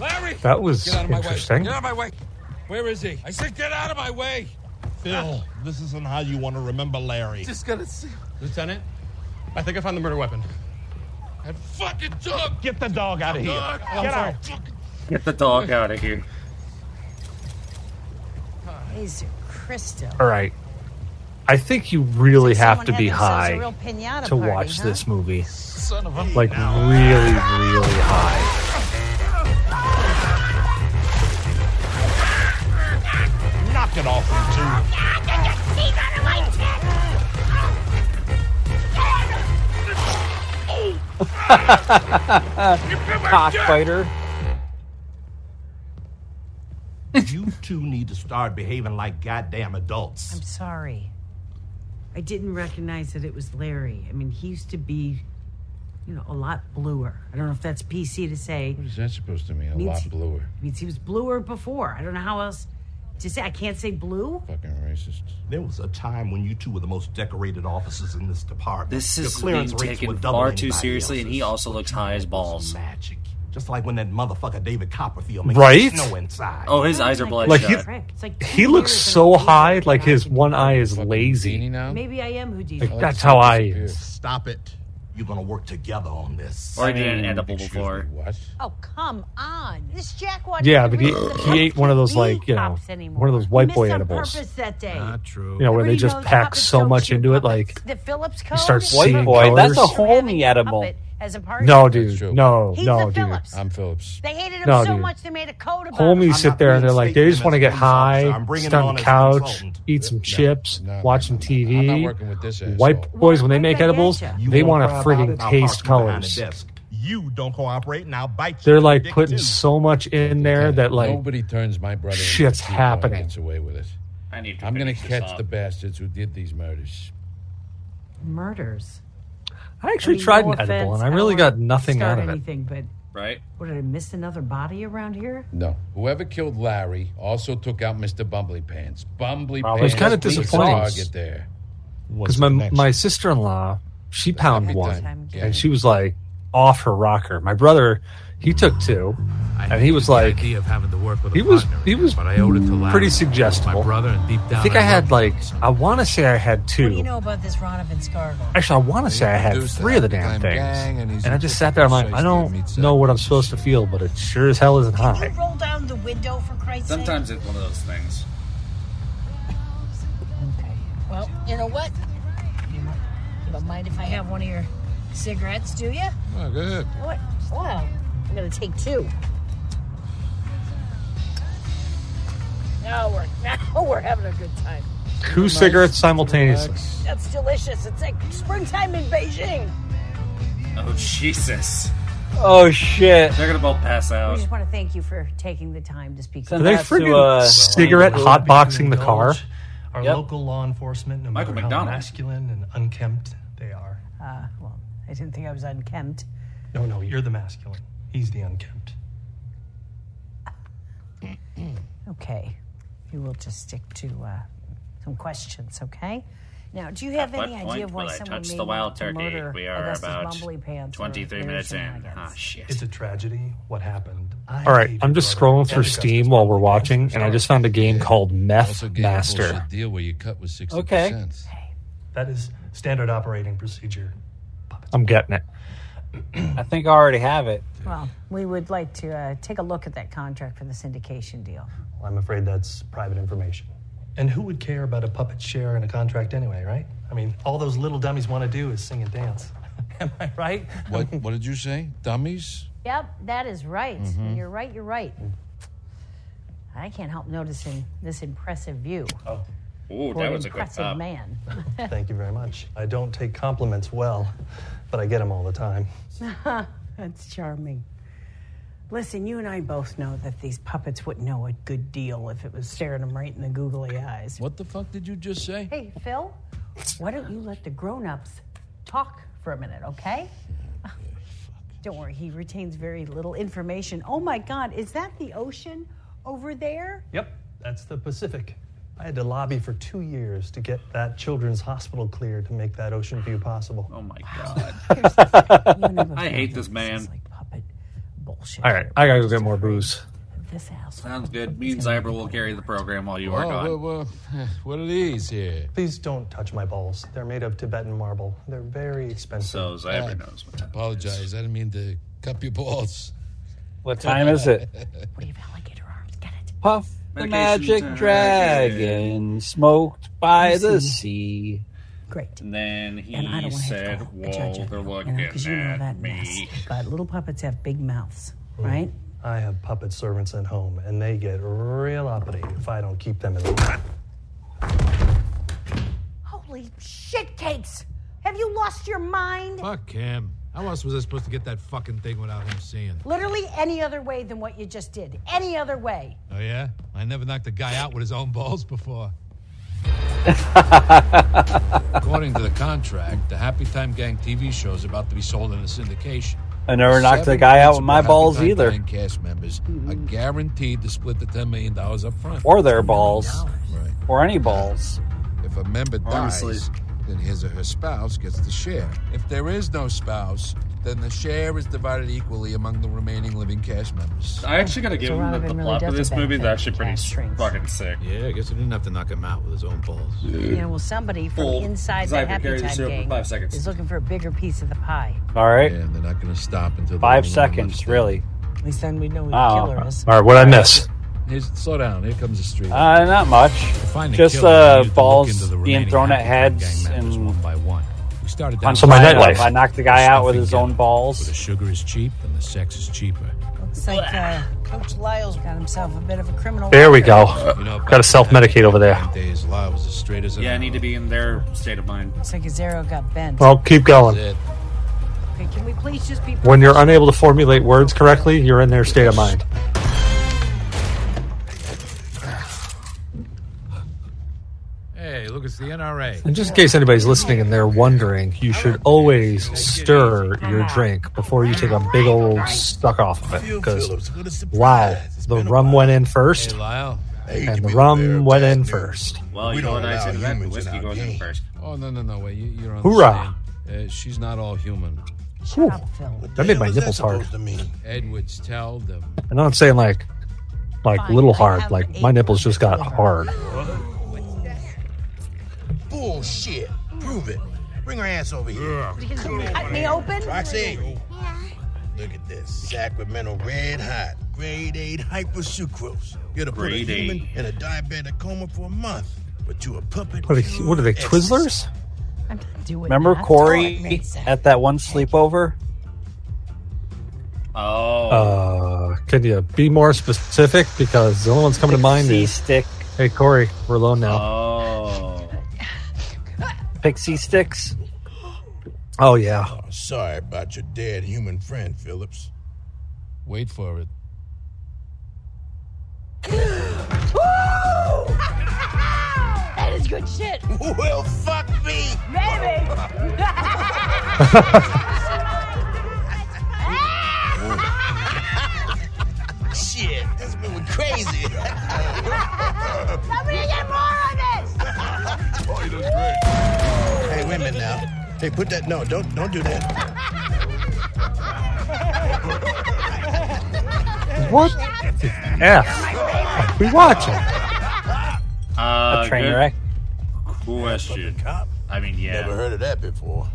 S26: Larry!
S2: That was
S26: Get out of my
S2: interesting.
S26: way. Get out of my way. Where is he? I said, get out of my way.
S4: Phil,
S15: this isn't how you want to remember Larry.
S26: Just gonna see.
S27: Lieutenant, I think I found the murder weapon.
S26: That fucking dog!
S15: Get the dog out of here.
S26: Dog.
S15: Get out.
S1: Get the dog out of here.
S21: Jesus Christo.
S2: All right. I think you really have to
S21: Someone
S2: be
S21: had themselves
S2: high
S21: a real piñata
S2: to
S21: party,
S2: watch
S21: huh?
S2: this movie.
S26: Son of a-
S2: Like really, really high.
S15: Knock it off, you two.
S28: Uh,
S3: Cockfighter.
S15: you two need to start behaving like goddamn adults.
S12: I'm sorry. I didn't recognize that it was Larry. I mean, he used to be, you know, a lot bluer. I don't know if that's PC to say.
S6: What is that supposed to mean? A
S12: Means
S6: lot
S12: he-
S6: bluer.
S12: means he was bluer before. I don't know how else to say. I can't say blue.
S15: Fucking racist. There was a time when you two were the most decorated officers in this department.
S1: This
S15: Your
S1: is being
S15: clearance rates were
S1: taken
S15: double
S1: far too
S15: anybody
S1: seriously, and he also looks high as balls.
S15: Magic. Just like when that motherfucker David Copperfield made
S2: Right?
S15: snow inside.
S1: Oh, his eyes are
S2: Like
S26: uh,
S1: bloodshot.
S2: he, he looks so high, like his one eye is lazy.
S12: Maybe I am Houdini.
S2: Like, that's how I.
S15: Stop it. You're gonna work together on this.
S1: Or he did an edible before.
S6: What?
S21: Oh, come on. This Jack wanted
S2: Yeah,
S21: to
S2: but he,
S21: read
S2: he ate one of those like you know
S21: cops anymore.
S2: one of those white boy
S12: Missed on
S2: edibles.
S12: purpose that day. Not
S2: You
S12: true.
S2: know where they just pack so much into it, like
S21: the Phillips
S2: he
S21: code.
S2: starts
S3: White
S2: seeing
S3: boy. That's a
S2: colors.
S3: whole new edible.
S21: as a part
S2: No,
S21: of it.
S2: dude. No,
S21: He's
S2: no,
S21: a
S2: dude.
S21: Phillips.
S6: I'm Phillips.
S21: They hated him
S2: No,
S21: so
S2: dude.
S21: much they made a code about him.
S2: Homies sit there and they're like, they just want to get high, sit on the couch, eat some chips, watch some TV. White boys, when they make edibles,
S15: You
S2: they
S15: won't
S2: want to
S15: cry
S2: friggin'
S15: about it, I'll
S2: taste
S15: park you behind
S2: colors.
S15: the desk. You don't cooperate, and I'll bite you.
S2: They're like putting so much in there that like
S6: Nobody turns my brother. into
S2: shit's
S6: a thief
S2: happening.
S6: and Gets away with it.
S1: I need
S6: I'm gonna
S1: finish this
S6: catch
S1: up.
S6: the bastards who did these murders.
S12: Murders.
S2: I actually
S12: mean,
S2: tried
S12: no
S2: an edible
S12: offense,
S2: and I
S12: don't
S2: really
S12: wanna
S2: got nothing
S12: start
S2: out of it.
S12: anything, but
S1: Right?
S12: what did I miss another body around here?
S6: No. Whoever killed Larry also took out Mr. Bumblypants. Bumblypants.
S2: It was kind of
S6: leaves a
S2: disappointing
S6: target there.
S2: because my my sister in law she pounded one and she was like off her rocker. My brother he took two and he was like
S27: idea of having to work with
S2: he
S27: a
S2: was
S27: partner,
S2: he was
S27: but I owed it to Larry,
S2: pretty suggestible.
S27: My brother, and deep down,
S2: I think I had like I want to say I had
S21: What do you
S2: two.
S21: know about this Ronovan Scargill?
S2: Actually, I want to say I had three of the damn things, and I just sat there. I'm like, I don't know what I'm supposed to feel, but it sure as hell isn't
S21: You
S2: high.
S21: roll down the window for Christ's sake.
S1: Sometimes it's one of those things.
S21: Well, you know what? You don't- you don't mind if I have one of your cigarettes, do you?
S6: Oh, good.
S21: What? Wow. I'm going to take two. Now we're, now we're having a good time.
S2: Two cigarettes simultaneously.
S21: That's delicious. It's like springtime in Beijing.
S1: Oh, Jesus.
S3: Oh shit.
S1: They're gonna both pass
S12: We
S1: out.
S12: just want to thank you for taking the time to speak.
S2: Are they
S27: uh,
S2: friggin' cigarette hotboxing the car?
S27: Our local law enforcement, no
S1: Michael
S27: matter how
S1: McDonald.
S27: masculine and unkempt they are.
S12: Uh, well, I didn't think I was unkempt.
S27: No, no, you're the masculine. He's the unkempt. Hmm.
S12: Okay, we will just stick to uh, some questions. Okay, Now, do you have
S1: At what
S12: any
S1: point
S12: idea of
S1: will
S12: why
S1: I
S12: someone
S1: touch
S12: may
S1: the wild
S12: want to
S1: turkey?
S12: murder
S1: We are
S12: Augustus
S1: about
S12: Mumbly Pants or
S1: 23 minutes
S12: Larry
S1: in.
S12: Shenanigans?
S1: Ah, shit.
S27: It's a tragedy what happened.
S2: All right, I'm just scrolling through Steam while we're watching, and I just found a game called Meth
S27: Also gave
S2: Master.
S27: bullshit
S4: Deal where you cut was
S27: Okay. That is standard operating procedure.
S2: I'm getting it.
S3: I think I already have it.
S12: Well, we would like to uh, take a look at that contract for the syndication deal.
S27: Well, I'm afraid that's private information. And who would care about a puppet share in a contract anyway, right? I mean, all those little dummies want to do is sing and dance. Am I right?
S4: What, what did you say? Dummies?
S12: Yep, that is right.
S1: Mm-hmm.
S4: Mhm.
S12: You're right, you're right. I can't help noticing this impressive view. Oh,
S27: Ooh,
S12: an impressive man.
S27: Thank you very much. I don't take compliments well, but I get them all the time.
S28: That's charming. Listen, you and I both know that these puppets wouldn't know a good deal if it was staring them right in the googly eyes.
S4: What the fuck did you just say?
S12: Hey, Phil, why don't you let the grown ups talk for a minute, okay?
S28: Don't worry, he retains very little information. Oh my God, is that the ocean over there?
S27: Yep, that's the Pacific. I had to lobby for two years to get that children's hospital cleared to make that ocean view possible.
S1: Oh my god. I hate this man.
S2: All right, I gotta go get more booze.
S12: This house.
S1: Sounds good. Me and Zyber will carry the program while you are gone.
S27: Oh, what are these here? Please don't touch my balls. They're made of Tibetan marble. They're very expensive.
S1: So Zyber knows what
S4: Apologize. I didn't mean to cup your balls.
S3: What time is it? Puff the
S4: Medication
S3: magic
S4: time.
S3: dragon, smoked by
S1: Listen.
S3: the sea.
S28: Great.
S1: And then he
S28: And I don't wanna have to
S1: said,
S28: call a judge
S1: Whoa,
S28: on
S1: they're looking
S28: Because you know
S1: at
S28: that
S1: me.
S28: mess. But little puppets have big mouths, right?
S27: Mm. I have puppet servants at home, and they get real uppity if I don't keep them in the.
S12: Holy shitcakes! Have you lost your mind?
S29: Fuck him. How else was I supposed to get that fucking thing without him seeing?
S12: Literally any other way than what you just did. Any other way.
S29: Oh, yeah? I never knocked a guy out with his own balls before.
S4: According to the contract, the Happy Time Gang TV show is about to be sold in a syndication.
S3: I never knocked
S4: Seven
S3: a guy out with my
S4: principal Happy
S3: balls
S4: Time
S3: either.
S4: Gang cast members are guaranteed to split the $10 million up front.
S3: Or their balls. Or any balls.
S4: If a member
S3: Honestly.
S4: dies, then his or her spouse gets the share. If there is no spouse, then the share is divided equally among the remaining living cast members.
S1: I actually gotta give him that the plot for this movie is actually pretty fucking sick.
S29: Yeah, I guess I didn't have to knock him out with his own balls.
S12: Yeah, well, somebody from
S1: Full
S12: inside the
S1: Zyper
S12: Happy
S1: carries the
S12: Time
S1: syrup in
S12: gang
S1: five seconds.
S12: is looking for a bigger piece of the pie.
S3: All right.
S4: And they're not going to stop until
S3: Five seconds, really.
S28: At least then we know who
S3: Wow.
S28: the killer is.
S2: All right, what'd I miss?
S4: Here's, slow down. Here comes the street.
S3: Uh, not much.
S4: the
S3: Just
S4: killer, we
S3: uh,
S4: need to look into
S3: balls
S4: the
S3: being
S4: remaining
S3: thrown at
S4: Happy Time
S3: heads
S4: gang members
S3: and
S4: one by one. We started down
S3: punched my
S4: the alley.
S3: nightlife. I knocked the guy out with his own balls.
S4: The sugar is cheap and the sex is cheaper.
S28: Looks like uh, Coach Lyle's got himself a bit of a criminal.
S2: There we go.
S4: You know,
S2: Gotta self medicate over there.
S4: Days Law was as straight as an
S1: Yeah, I need to be in their state of mind.
S28: Looks like his arrow got bent.
S2: Well, keep going.
S28: Okay, can we please just be
S2: When you're unable to formulate words correctly, you're in their state of mind.
S29: Hey, look, it's the NRA.
S2: And just in case anybody's listening and they're wondering, you should always stir your drink before you take a big old suck off of it. Because, wow, the rum went in first, and the rum went in first.
S1: Well, you know what I said to that? The whiskey goes in first.
S4: Oh no no no wait! You, you're on.
S2: Hoorah.
S4: The stand. uh, she's not all human.
S2: Ooh, that made my nipples hard.
S4: Edwards tell them.
S2: And I'm not saying like, like little hard. Like my nipples just got hard.
S5: Bullshit. Prove it. Bring her ass over here.
S12: Come here. cut me open?
S5: Roxanne. Look at this. Sacramento red hot. Grade 8 hypersucrose. You're to put a
S2: Grade
S5: human in a diabetic coma for a month. But you a puppet.
S2: What are, what are they? Twizzlers?
S12: I'm not doing
S3: Remember
S12: that.
S3: Corey at that one sleepover?
S1: Oh.
S2: Uh, can you be more specific? Because the only one's coming to mind
S3: Pixie
S2: is
S3: stick.
S2: Hey Corey, we're alone now.
S1: Oh.
S3: Pixie sticks.
S2: Oh yeah.
S5: Oh, sorry about your dead human friend, Phillips.
S4: Wait for it.
S5: That is good shit. Well, fuck me. Shit, this been crazy.
S12: Somebody get more of this!
S5: oh, you look great. Hey, put that. No, don't don't do that.
S2: What? the F. We watch it.
S1: Uh,
S2: A train
S1: good
S2: wreck.
S1: Question. I mean, yeah. Never heard of that before.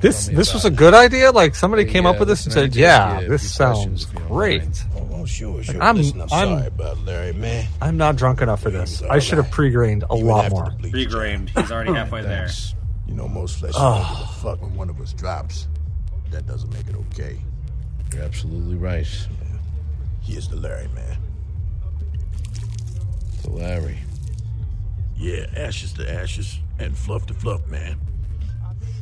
S2: This this was a good idea. Like somebody came up with this and said, "Yeah,
S30: yeah,
S2: this sounds great."
S5: Oh, sure,
S2: Like,
S5: sure.
S2: I'm
S5: Listen, I'm,
S2: I'm
S5: sorry about Larry, man.
S2: I'm not drunk enough for this. I should have pre-grained a lot more.
S1: Pre-grained. He's already halfway there.
S5: You know, most flesh
S2: Oh.
S5: oh. fuck when one of us drops. That doesn't make it okay.
S30: You're absolutely right.
S5: Here's the Larry, man.
S30: The Larry.
S5: Yeah, ashes to ashes and fluff to fluff, man.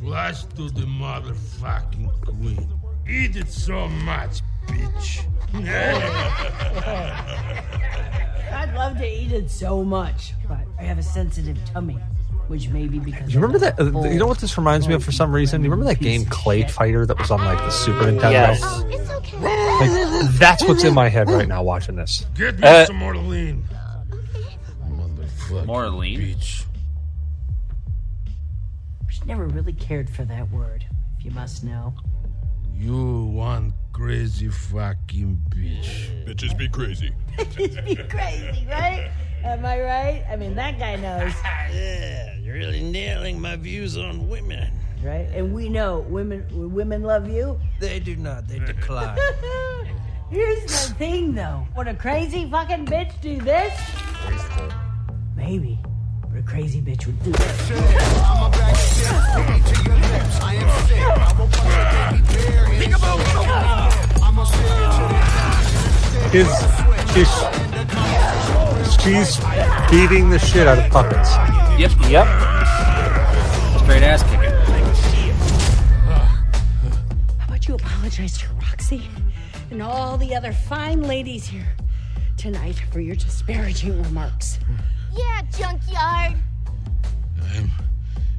S4: Flash to the motherfucking queen. Eat it so much, bitch.
S12: I'd love to eat it so much, but I have a sensitive tummy, which may be because.
S2: You remember that? uh, You know what this reminds me of for some reason? You remember that game Clay Fighter that was on like the Super Nintendo?
S3: Yes.
S2: Like, that's what's in my head right now watching this.
S4: Get me
S2: Uh,
S4: some more lean.
S1: More lean.
S12: She never really cared for that word, if you must know.
S4: You one crazy fucking bitch. Bitches be crazy.
S12: It'd be crazy, right? Am I right? I mean, that guy knows.
S5: yeah, you're really nailing my views on women.
S12: Right? And we know women women love you.
S5: They do not. They decline.
S12: Here's the thing, though. Would a crazy fucking bitch do this? Maybe. But a crazy bitch would do this.
S2: Is is she's beating the shit out of puppets?
S1: Yep.
S2: Yep.
S1: Straight ass kicking.
S31: How about you apologize to Roxy and all the other fine ladies here tonight for your disparaging remarks?
S21: Yeah, junkyard.
S4: I'm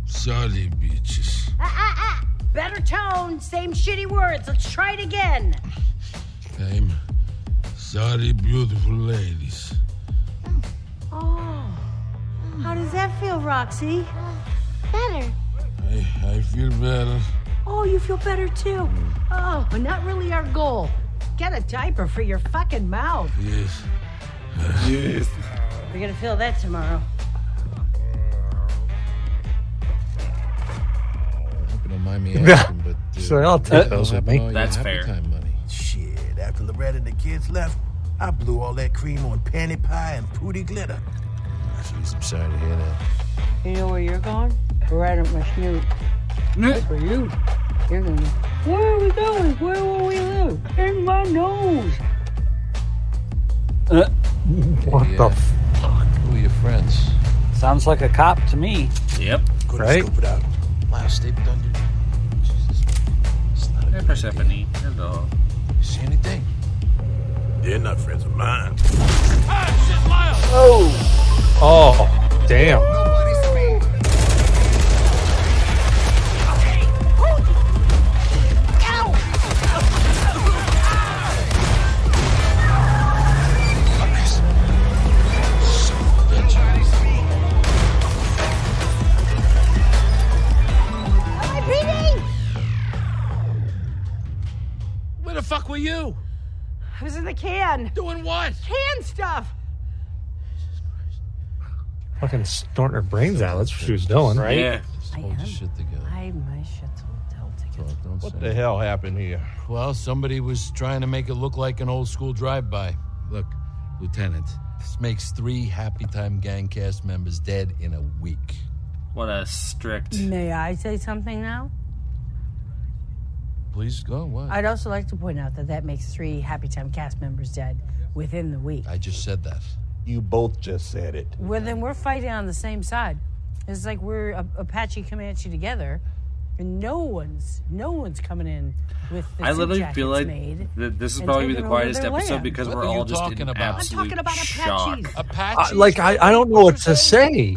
S4: sorry, bitches.
S12: Ah, ah, ah. Better tone, same shitty words. Let's try it again.
S4: I'm sorry, beautiful ladies.
S12: Oh. How does that feel, Roxy? Better.
S4: I, I feel better.
S12: Oh, you feel better too. Oh, but not really our goal. Get a diaper for your fucking mouth.
S4: Yes.
S1: Yes.
S12: You're gonna feel that tomorrow.
S30: Don't remind me.
S2: Yeah.
S30: Asking, but, uh,
S2: So I'll take those with me.
S30: all your happy Time money.
S5: Shit, after Loretta and the kids left, I blew all that cream on panty pie and pooty glitter.
S30: Jeez, I'm sorry to hear that.
S12: You know where you're going? Right up my snoot. That's for you. You're going. Where are we going? Where will we live? In my nose.
S3: Uh,
S2: what the
S3: fuck?
S30: Who are your friends?
S3: Sounds like a cop to me.
S1: Yep.
S2: Right?
S5: Scoop it out.
S30: Wow, Steve done
S1: Hey, Persephone. Hello.
S30: See anything?
S5: They're not friends of mine.
S2: Oh. Oh. Damn.
S18: Am I breathing?
S4: Where the fuck were you?
S18: I was in the can.
S4: Doing what?
S18: Can stuff.
S2: Fucking snorting her brains out. That's what she was doing, right?
S4: Yeah.
S18: I my shit's all together.
S15: What the hell happened here?
S32: Well, somebody was trying to make it look like an old school drive by.
S15: Look, Lieutenant,
S32: this makes three Happy Time Gang cast members dead in a week.
S1: What a strict.
S12: May I say something now?
S32: Please go. What?
S12: I'd also like to point out that that makes three Happy Time cast members dead within the week.
S32: I just said that.
S15: You both just said it.
S12: Well, then we're fighting on the same side. It's like we're a- Apache Comanche together, and no one's no one's coming in with the
S1: I literally
S12: suit
S1: feel
S12: jackets
S1: like
S12: made
S1: th- this is
S12: and
S1: probably
S12: taking over
S1: the quietest
S12: their
S1: episode
S12: land.
S1: because
S32: What
S1: we're
S32: are you
S1: all just
S32: talking
S1: in
S32: about? I'm
S1: absolute
S12: talking about
S1: shock.
S12: Apaches.
S2: I, Uh, like I, I don't know what to say.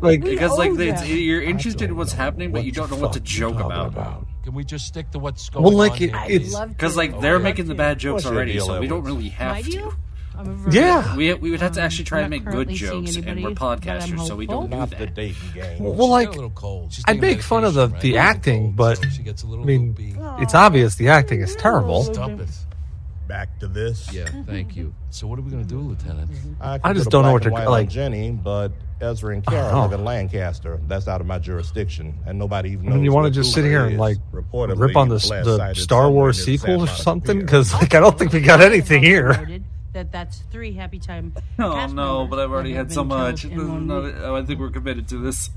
S2: Like
S1: because like
S2: they.
S1: it's, you're interested in what's happening, but you don't know what to joke about.
S32: Can we just stick to what's going
S2: Well,
S32: on?
S2: like it,
S32: here?
S2: it's
S4: Oh,
S1: Because like they're making the bad
S32: What's
S1: jokes
S32: your
S1: already,
S32: deal,
S1: so we
S32: Edwards?
S1: don't really have to.
S12: I'm a
S2: Yeah.
S1: we, we would have to actually try
S12: um, I'm
S1: and
S12: not
S1: make good
S12: currently seeing
S1: jokes, and
S12: anybody,
S1: we're
S12: but I'm
S1: podcasters, so we don't do
S12: hopeful.
S1: that.
S2: Well, like, I make fun of the, the acting, but I mean, it's obvious the acting is terrible.
S4: Stop it.
S15: Back to this. Yeah, thank you. So what are we going to do, Lieutenant? I,
S2: Mm-hmm. I
S15: could
S2: just
S15: put
S2: don't
S15: a
S2: know
S15: black
S2: what
S15: and
S2: to-
S15: white on
S2: like-
S15: Jenny, but Ezra and Kara
S2: Uh-huh.
S15: live in Lancaster. That's out of my jurisdiction, and nobody even
S2: I
S15: knows.
S2: mean, you want
S15: where
S2: to just sit here
S15: Hoover
S2: and
S15: is.
S2: like
S15: Reportedly,
S2: rip on the,
S15: he was
S2: the
S15: last
S2: Star
S15: sighted
S2: Wars
S15: somewhere near
S2: sequel
S15: the
S2: or
S15: San
S2: something? Because like I don't think we got anything here.
S12: That that's three happy time.
S1: Oh
S12: cast
S1: no,
S12: members
S1: but I've already
S12: that have
S1: had so
S12: been
S1: much.
S12: killed
S1: This
S12: in
S1: is
S12: one
S1: not-
S12: week.
S1: oh, I think we're committed to this.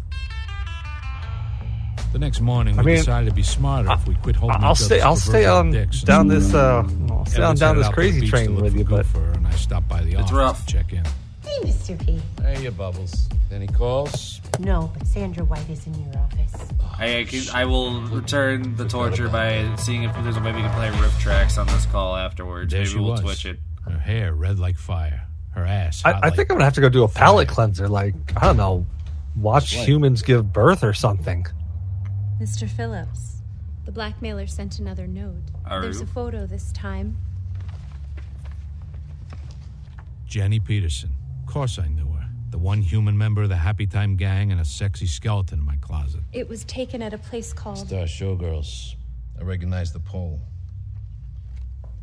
S4: The next morning, we
S2: I mean,
S4: decided to be smarter if we quit holding
S2: I'll
S4: each
S2: stay.
S4: other's
S2: I'll stay
S4: proverbial
S2: on
S4: dicks.
S2: down this. Uh, I'll stay on down
S4: Evans headed
S2: this
S4: out to the
S2: crazy
S4: beach to
S2: train
S4: look
S2: with
S4: for
S2: you, but
S4: Gopher, and I stopped by the
S1: It's
S4: office
S1: rough.
S4: to check in.
S8: Hey, Mr. P.
S5: Hey, you bubbles. Any calls?
S8: No, but Sandra White is in your office.
S1: I, I can- I will return the torture by seeing if there's a way we can play riff tracks on this call afterwards.
S4: There
S1: Maybe
S4: she
S1: we'll
S4: was.
S1: twitch it.
S4: Her hair red like fire. Her ass.
S2: I,
S4: hot
S2: I
S4: like
S2: think I'm gonna have to go do a palate cleanser. Like I don't know, watch
S4: Slay.
S2: humans give birth or something.
S10: Mr. Phillips, the blackmailer sent another note.
S4: Are
S10: There's
S4: you?
S10: a photo this time.
S4: Jenny Peterson. Of course I knew her. The one human member of the Happy Time gang and a sexy skeleton in my closet.
S10: It was taken at a place called.
S4: Star Showgirls. I recognize the pole.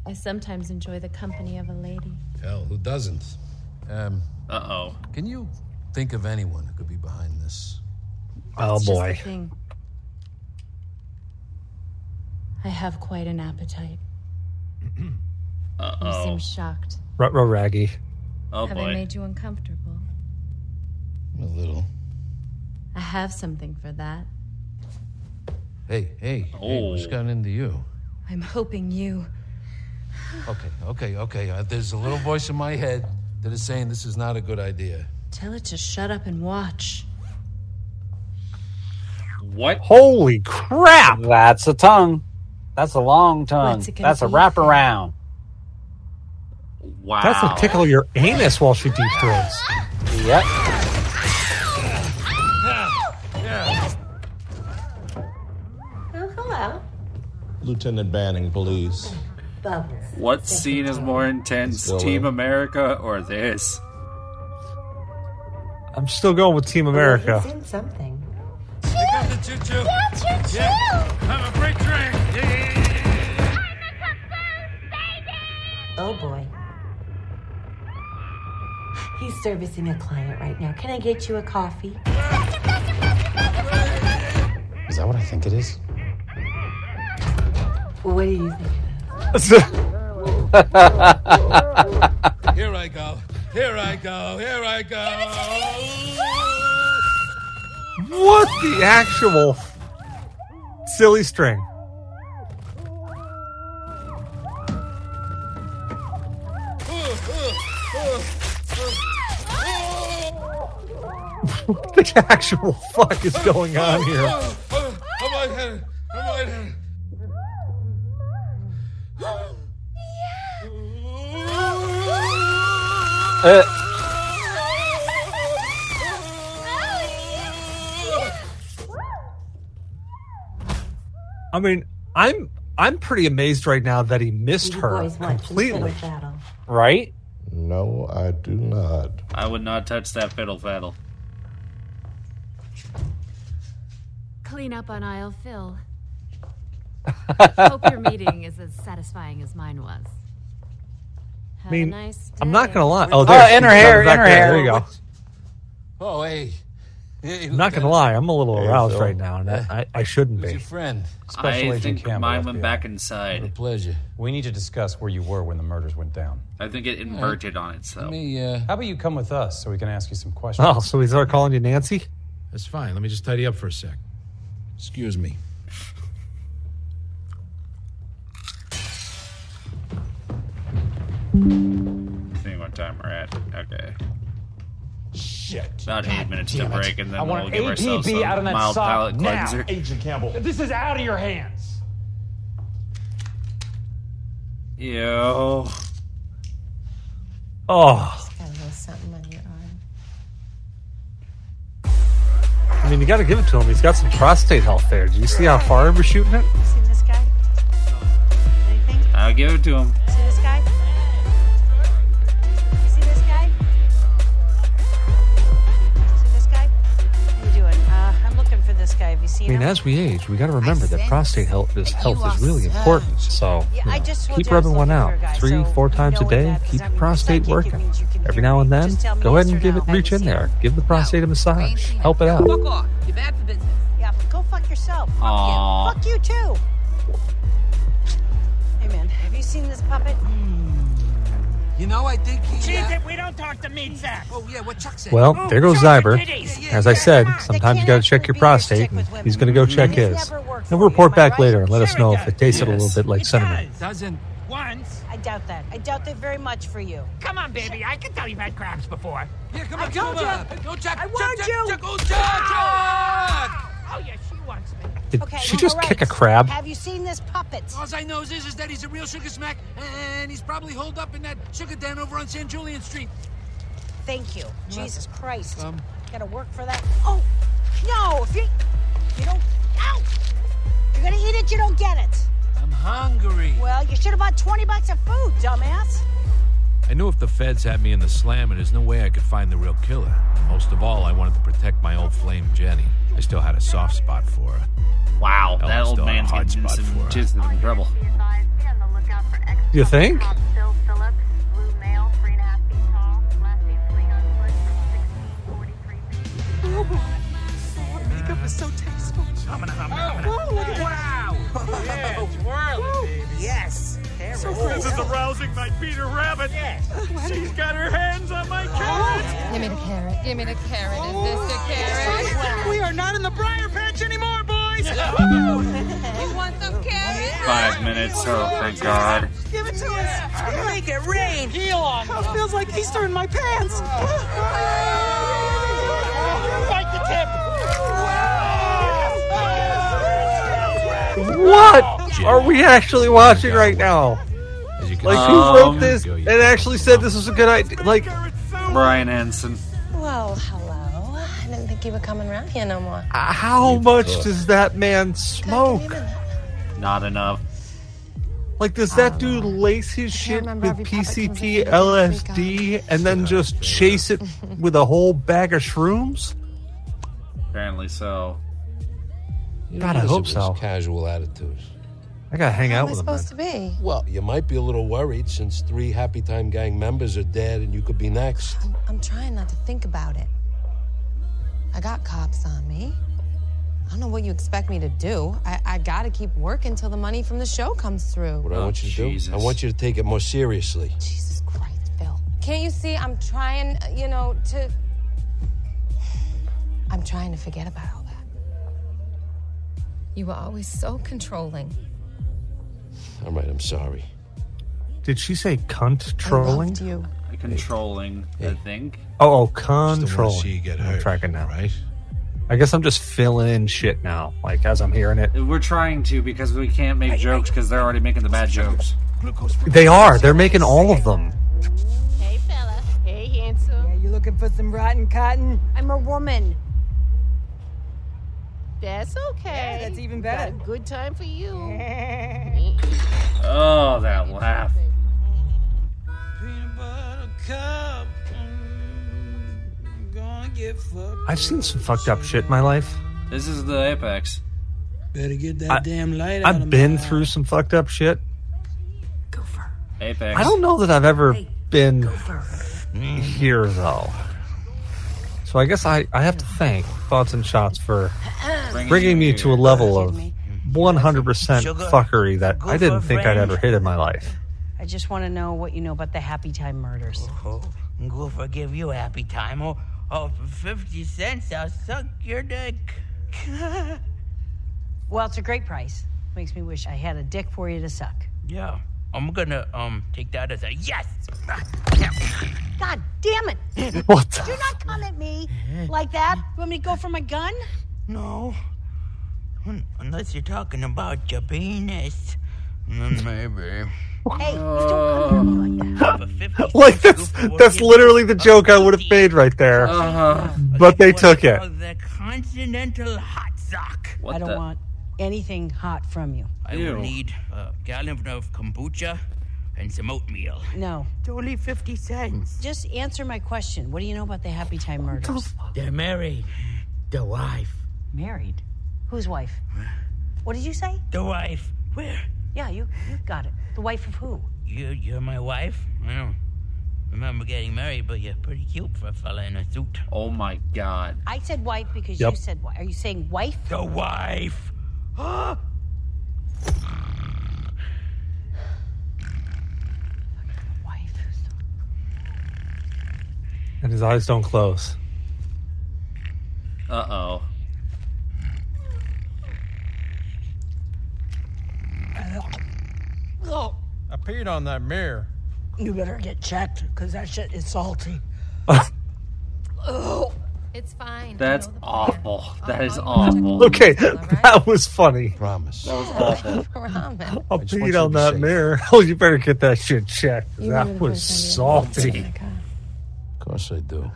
S10: I sometimes enjoy the company of a lady.
S5: Hell, who doesn't? Um.
S1: Uh oh.
S5: Can you think of anyone who could be behind this?
S2: Oh
S10: It's just the
S2: boy.
S10: thing. I have quite an appetite.
S1: Uh
S10: You
S1: oh.
S10: seem shocked.
S2: Rutro Raggy.
S1: Oh
S10: have I
S1: boy.
S10: made you uncomfortable?
S5: A little.
S10: I have something for that.
S5: Hey, hey. Hey,
S1: Oh.
S5: what's gotten into you?
S10: I'm hoping you.
S5: Okay, okay, okay. Uh, there's a little voice in my head that is saying this is not a good idea.
S10: Tell it to shut up and watch.
S1: What?
S2: Holy crap!
S3: That's a tongue. That's a long tongue.
S10: What's it gonna
S3: That's a
S10: be?
S3: wraparound.
S1: Wow.
S2: That's a tickle your anus while she deep throats.
S3: Yep.
S8: Oh, hello.
S15: Lieutenant Banning, police.
S8: Bubbles.
S1: What scene is more intense,
S15: Still
S1: Team
S15: will.
S1: America or this?
S2: I'm still going with Team America.
S8: It's in something.
S33: Pick up the choo-choo. Have a great drink.
S8: Oh boy. He's servicing a client right now. Can I get you a coffee?
S25: Is that what I think it is?
S8: What do you think?
S5: Here I go. Here I go. Here I go.
S2: What the actual silly string? what the actual fuck is going on here?
S20: Oh,
S5: I'm lightheaded. I'm lightheaded.
S2: Uh, I mean, I'm I'm pretty amazed right now that he missed
S8: You
S2: her
S8: boys want some
S2: completely.
S8: fiddle faddle.
S2: Right?
S15: No, I do not.
S1: I would not touch that fiddle faddle.
S10: Clean up on aisle Phil. Hope your meeting is as satisfying as mine was.
S2: I
S10: Have a
S2: mean,
S10: nice
S2: I'm not
S10: day.
S2: gonna lie. Oh, there,
S10: in her
S2: she's
S10: hair,
S2: back
S10: in her
S2: there.
S10: hair.
S2: There you go.
S5: Oh, hey. Hey,
S2: I'm not gonna lie. I'm a little
S5: Hey,
S2: aroused
S5: Phil.
S2: right now, and I, I, I shouldn't
S5: Who's
S2: be.
S5: your friend?
S1: I think mine went back inside.
S5: pleasure.
S25: We need to discuss where you were when the murders went down.
S1: I think it inverted on itself.
S5: Me, uh...
S25: How about you come with us so we can ask you some questions?
S2: Oh, so we start calling you Nancy?
S4: That's fine. Let me just tidy up for a sec. Excuse me.
S1: Seeing what time we're at. Okay.
S25: Shit.
S1: About eight minutes to
S25: damn it.
S1: break, and then
S25: I want
S1: we'll
S25: an
S1: give ourselves
S25: APB
S1: a
S25: out of that
S1: mild
S25: sock
S1: palate
S25: now,
S1: cleanser.
S25: Agent Campbell. This is out of your hands.
S1: Yo.
S2: Oh,
S8: Got a little something on your arm.
S2: I mean, you got to give it to him. He's got some prostate health there. Do you see how far we're shooting it?
S34: You seen this guy? Anything?
S1: I'll give it to him.
S34: See this guy?
S12: Uh,
S21: Have you
S2: I
S21: seen
S2: mean,
S21: him?
S2: as we age, we got to remember that prostate health is, health is really important. So
S21: Yeah,
S2: you
S21: I
S2: know,
S21: just told
S2: keep
S21: you I was
S2: rubbing one
S21: looking for
S2: out
S21: a guy,
S2: three,
S21: so
S2: four times a day. Keep your prostate working. Every now and then, go ahead and give it, reach in there, give the prostate a massage, help it out.
S21: Fuck off. You're bad for business. Yeah, go fuck yourself. Fuck
S2: Aw.
S21: you. Fuck you too. Hey man, have you seen this puppet?
S20: You know, I think he. uh, Cheese it, we don't talk to meat sacks. Oh, yeah, what Chuck said.
S2: Well,
S20: Oh,
S2: there goes
S20: Chuck, your
S2: Zyber.
S20: titties.
S2: As I said, sometimes you got to check your prostate. and He's going to go check his. And we'll report back later and let us know if it tasted a little bit like cinnamon.
S20: Doesn't once.
S21: I doubt that. I doubt that very much for you.
S20: Come on, baby. I can tell you've had crabs before. Yeah, come on.
S21: I
S20: come
S21: told you.
S20: on. Go check.
S21: I
S20: check,
S21: warned
S20: check,
S21: you.
S20: Check, oh, check, check. Oh, yeah, she wants me.
S2: Did she just kick a crab?
S21: Have you seen this puppet?
S20: All I knows is, is that he's a real sugar smack, and he's probably holed up in that sugar den over on San Julian Street.
S21: Thank you. Jesus Christ.
S20: Um,
S21: Gotta work for that. Oh, no. If you, if you don't. Ow! If you're gonna eat it, you don't get it.
S20: I'm hungry.
S21: Well, you should have bought 20 bucks of food, dumbass.
S4: I knew if the feds had me in the slammer, there's no way I could find the real killer. Most of all, I wanted to protect my old flame Jenny. I still had a soft spot for her.
S1: Wow,
S4: Hell,
S1: that
S4: still had
S1: old
S4: a
S1: man's
S4: hard
S1: getting in
S4: spot
S1: some,
S4: for her.
S1: jizzed in trouble.
S2: You think?
S18: Oh, your makeup is so tasteful. Oh, look at wow.
S20: Yeah, twirling, baby. Yes.
S18: So
S20: we
S18: great.
S20: go.
S18: This is
S20: arousing my Peter Rabbit. Yes. She's got her hands on my carrot.
S25: Give me the carrot. Give me the carrot. Is this the
S18: Sorry,
S25: carrot?
S18: We are not in the briar patch anymore, boys.
S25: you want some carrot?
S1: Five minutes, oh, thank God.
S18: Give it to us. Make it rain. Heel on. Oh, it feels like Easter in my pants. Fight the tip.
S2: What are we actually watching right now? Like, who
S1: Um,
S2: wrote this and actually said this was a good idea? Like,
S1: Brian Anson.
S25: Well, hello. I didn't think you were coming around here no more.
S2: Uh, how much does that man smoke?
S1: Not enough.
S2: Like, does that dude lace his shit with PCP, LSD, and then just chase it with a whole bag of shrooms?
S1: Apparently so.
S2: God, I hope so.
S6: Casual attitude.
S2: I gotta hang
S25: How am I supposed to be?
S6: Well, you might be a little worried since three Happy Time Gang members are dead and you could be next.
S25: I'm trying not to think about it. I got cops on me. I don't know what you expect me to do. I, I gotta keep working till the money from the show comes through.
S6: What
S1: Oh,
S6: I want you to do, I want you to take it more seriously.
S25: Can't you see I'm trying, uh, you know, to. I'm trying to forget about all that. You were always so controlling.
S6: All right, I'm sorry.
S2: Did she say cunt trolling?
S25: you.
S1: Controlling, I think.
S2: Oh, oh controlling.
S1: see you get
S2: I'm
S1: hurt,
S2: tracking now. Right? I guess I'm just filling in shit now, like as I'm hearing it.
S1: We're trying to because we can't make jokes because they're already making the bad jokes.
S2: They are. They're making all of them.
S21: Hey, fella. Hey, handsome. Yeah, you looking for some rotten cotton? I'm a woman.
S19: That's okay. Yeah, that's even better. Got a good time for you.
S1: Oh, that laugh.
S2: I've seen some fucked up shit in my life.
S1: This is the apex.
S11: Better get that
S2: I,
S11: damn light out
S2: I've
S11: of
S2: been
S11: my
S2: through some fucked up shit.
S1: Apex.
S2: I don't know that I've ever been here though. So I guess I, I have to thank Thoughts and Shots for
S1: Bringing
S2: bringing me
S1: you
S2: to a
S1: here.
S2: level of 100% fuckery that I didn't think I'd ever hit in my life.
S21: I just want to know what you know about the Happy Time murders.
S11: Oh, We'll forgive you, happy time, or, or for 50 cents, I'll suck your dick.
S21: well, it's a great price. Makes me wish I had a dick for you to suck.
S11: Yeah. I'm gonna um take that as a yes.
S21: God damn it!
S11: What
S21: Do not come at me like that. You want me to go for my gun?
S11: No. Un- Unless you're talking about your penis. Then maybe.
S21: Hey, don't come at me like that.
S2: like that's that's literally the joke I would have made right there. But they took it.
S11: The continental hot sock.
S21: I don't want anything hot from you.
S11: I will need a gallon of kombucha and some oatmeal.
S21: No.
S11: Only 50 cents.
S21: Just answer my question. What do you know about the Happy Time murders?
S11: They're married. The wife.
S21: Married? Whose wife? What did you say?
S11: The wife. Where?
S21: Yeah, you you got it. The wife of who?
S11: You, you're my wife? I don't remember getting married, but you're pretty cute for a fella in a suit.
S1: Oh my god.
S21: I said wife because
S11: Yep.
S21: you said wife. Are you saying wife?
S11: The wife. Huh?
S2: And his eyes don't close.
S1: Uh oh.
S22: Oh,
S35: I peed on that mirror.
S22: you better get checked because that shit is salty. oh,
S36: It's fine.
S1: That's awful. That is awful.
S2: Okay, that was funny. Promise.
S1: That was awful.
S2: I'll
S1: just want
S2: beat
S1: you
S2: on
S1: to be
S2: that
S1: safe.
S2: mirror. Oh, you better get that shit checked.
S1: You
S2: that
S1: remember
S2: was
S1: the first time you
S2: salty.
S1: went
S27: Of course I do.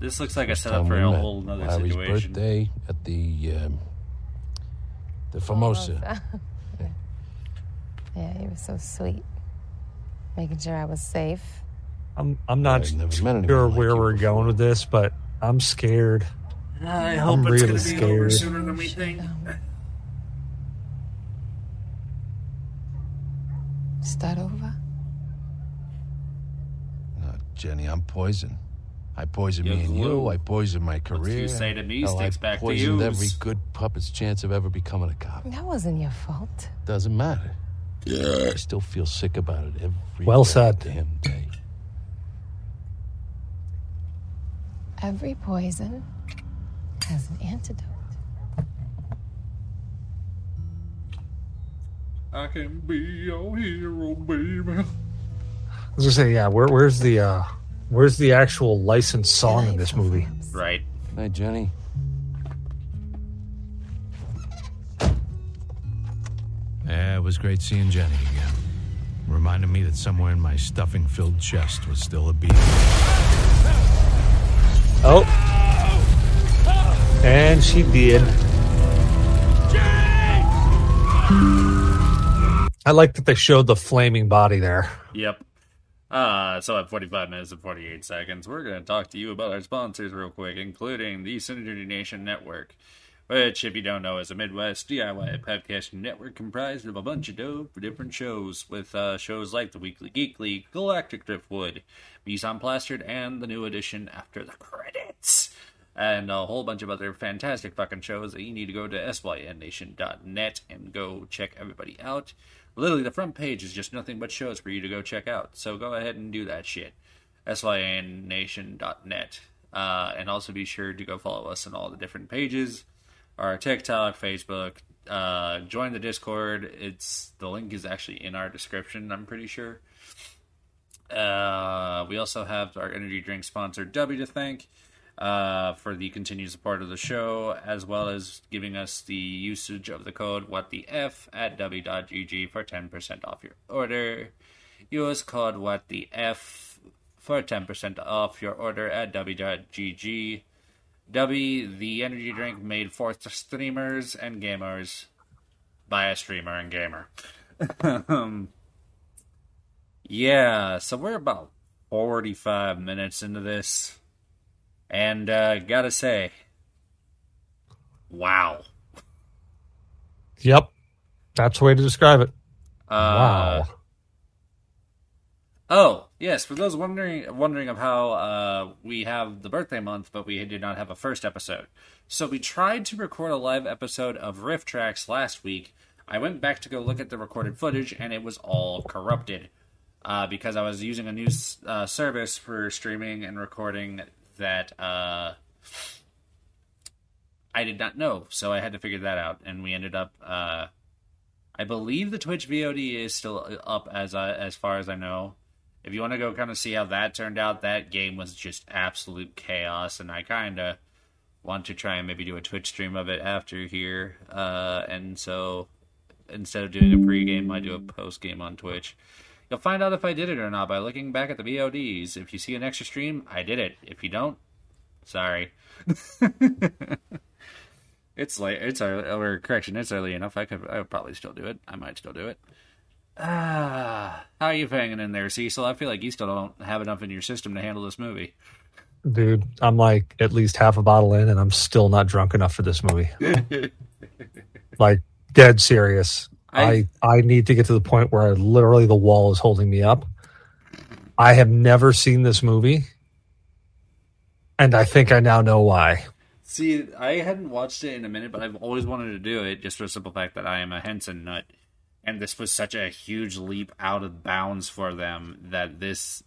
S1: This looks like a
S27: First
S1: setup
S27: time
S1: for
S27: we
S1: a
S27: met,
S1: whole nother
S27: Larry's
S1: situation.
S27: birthday at the um, the Formosa.
S25: yeah. yeah, he was so sweet. Making sure I was safe.
S2: I'm I'm not sure where we're going with this, but I'm scared.
S1: I
S2: I'm
S1: hope it's
S2: really
S1: going to be over
S2: scared.
S1: sooner than we think.
S25: Start over?
S27: Jenny, I'm poison. I poisoned
S1: You're
S27: me and
S1: glue.
S27: you. I poisoned my
S1: you
S27: career.
S1: say to me
S27: Hell, I
S1: sticks back to
S27: poisoned
S1: yous.
S27: every good puppet's chance of ever becoming a cop.
S25: That wasn't your fault.
S27: Doesn't matter. I still feel sick about it every
S2: Well said.
S27: damn day.
S25: Every poison has an antidote.
S1: I can be your hero, baby.
S2: I was gonna say, yeah. Where where's the uh, where's the actual licensed song in this movie?
S1: Right.
S27: Night, Jenny.
S4: Yeah, it was great seeing Jenny again. Reminded me that somewhere in my stuffing filled chest was still a beat.
S2: Oh, and she did. I like that they showed the flaming body there.
S1: Yep. Uh, so at 45 minutes and 48 seconds, we're going to talk to you about our sponsors real quick, including the Synergy Nation Network, which, if you don't know, is a Midwest DIY podcasting network comprised of a bunch of dope different shows, with uh, shows like The Weekly Geekly, Galactic Driftwood, Mise en Plastered, and the new edition After the Credits and a whole bunch of other fantastic fucking shows that you need to go to synnation.net and go check everybody out. Literally, the front page is just nothing but shows for you to go check out. So go ahead and do that shit. synnation.net. Uh, and also be sure to go follow us on all the different pages our TikTok, Facebook. Uh, join the Discord. It's the link is actually in our description. I'm pretty sure. Uh, we also have our energy drink sponsor W to thank uh, for the continued support of the show, as well as giving us the usage of the code what the f at w.gg for 10% off your order. Use code what the f for 10% off your order at w.gg. W, the energy drink made for streamers and gamers by a streamer and gamer. um, yeah, so we're about 45 minutes into this. And uh, gotta say, wow.
S2: Yep, that's the way to describe it.
S1: Uh, Oh yes, for those wondering wondering of how uh, we have the birthday month, but we did not have a first episode. So we tried to record a live episode of Riff Tracks last week. I went back to go look at the recorded footage, and it was all corrupted uh, because I was using a new s- uh, service for streaming and recording that uh, I did not know. So I had to figure that out, and we ended up. Uh, I believe the Twitch VOD is still up as I, as far as I know. If you want to go kind of see how that turned out, that game was just absolute chaos, and I kind of want to try and maybe do a Twitch stream of it after here. Uh, and so instead of doing a pregame, I do a postgame on Twitch. You'll find out if I did it or not by looking back at the VODs. If you see an extra stream, I did it. If you don't, sorry. It's late. It's early, or correction. It's early enough. I could. I would probably still do it. I might still do it. Ah, how are you hanging in there, Cecil? I feel like you still don't have enough in your system to handle this movie.
S2: Dude, I'm like at least half a bottle in, and I'm still not drunk enough for this movie. like dead serious. I, I need to get to the point where literally the wall is holding me up. I have never seen this movie, and I think I now know why.
S1: See, I hadn't watched it in a minute, but I've always wanted to do it just for the simple fact that I am a Henson nut. And this was such a huge leap out of bounds for them that this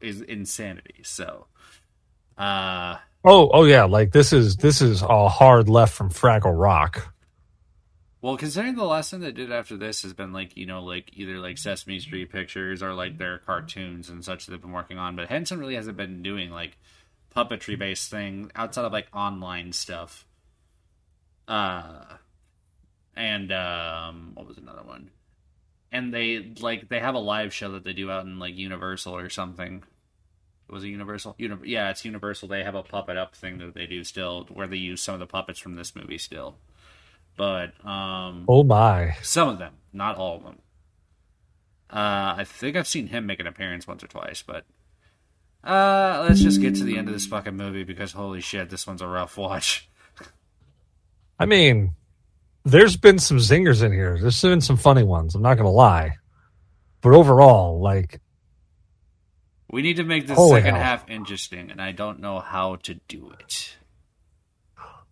S1: is insanity. So, uh,
S2: Oh, oh yeah, like this is this is a hard left from Fraggle Rock.
S1: well, considering the last thing they did after this has been like, you know, like either like Sesame Street pictures or like their cartoons and such they've been working on, but Henson really hasn't been doing like puppetry based thing outside of like online stuff. Uh, and um, what was another one? And they like they have a live show that they do out in like Universal or something. Was it Universal? Uni- yeah, it's Universal. They have a puppet up thing that they do still, where they use some of the puppets from this movie still. But um,
S2: Oh my.
S1: some of them, not all of them. Uh, I think I've seen him make an appearance once or twice, but uh, let's just get to the end of this fucking movie because holy shit, this one's a rough watch.
S2: I mean, there's been some zingers in here. There's been some funny ones. I'm not gonna lie, but overall, like
S1: We need to make this
S2: Holy
S1: second
S2: hell.
S1: half interesting, and I don't know how to do it.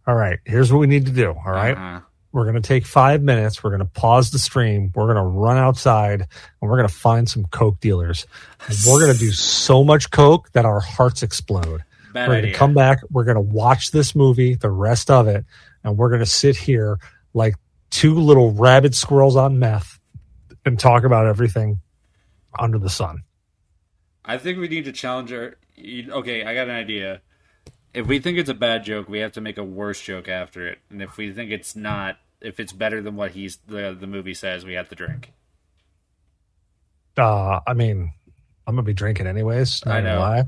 S2: All right, here's what we need to do. All right?
S1: Uh-huh.
S2: We're going to take five minutes. We're going to pause the stream. We're going to run outside and we're going to find some Coke dealers. And we're going to do so much Coke that our hearts explode.
S1: Bad
S2: we're going
S1: idea.
S2: to come back. We're going to watch this movie, the rest of it, and we're going to sit here like two little rabid squirrels on meth and talk about everything under the sun.
S1: I think we need to challenge our. you- Okay, I got an idea. If we think it's a bad joke, we have to make a worse joke after it, and if we think it's not, if it's better than what he's the the movie says, we have to drink.
S2: Uh, I mean, I'm going to be drinking anyways. not
S1: I
S2: gonna
S1: know.
S2: lie.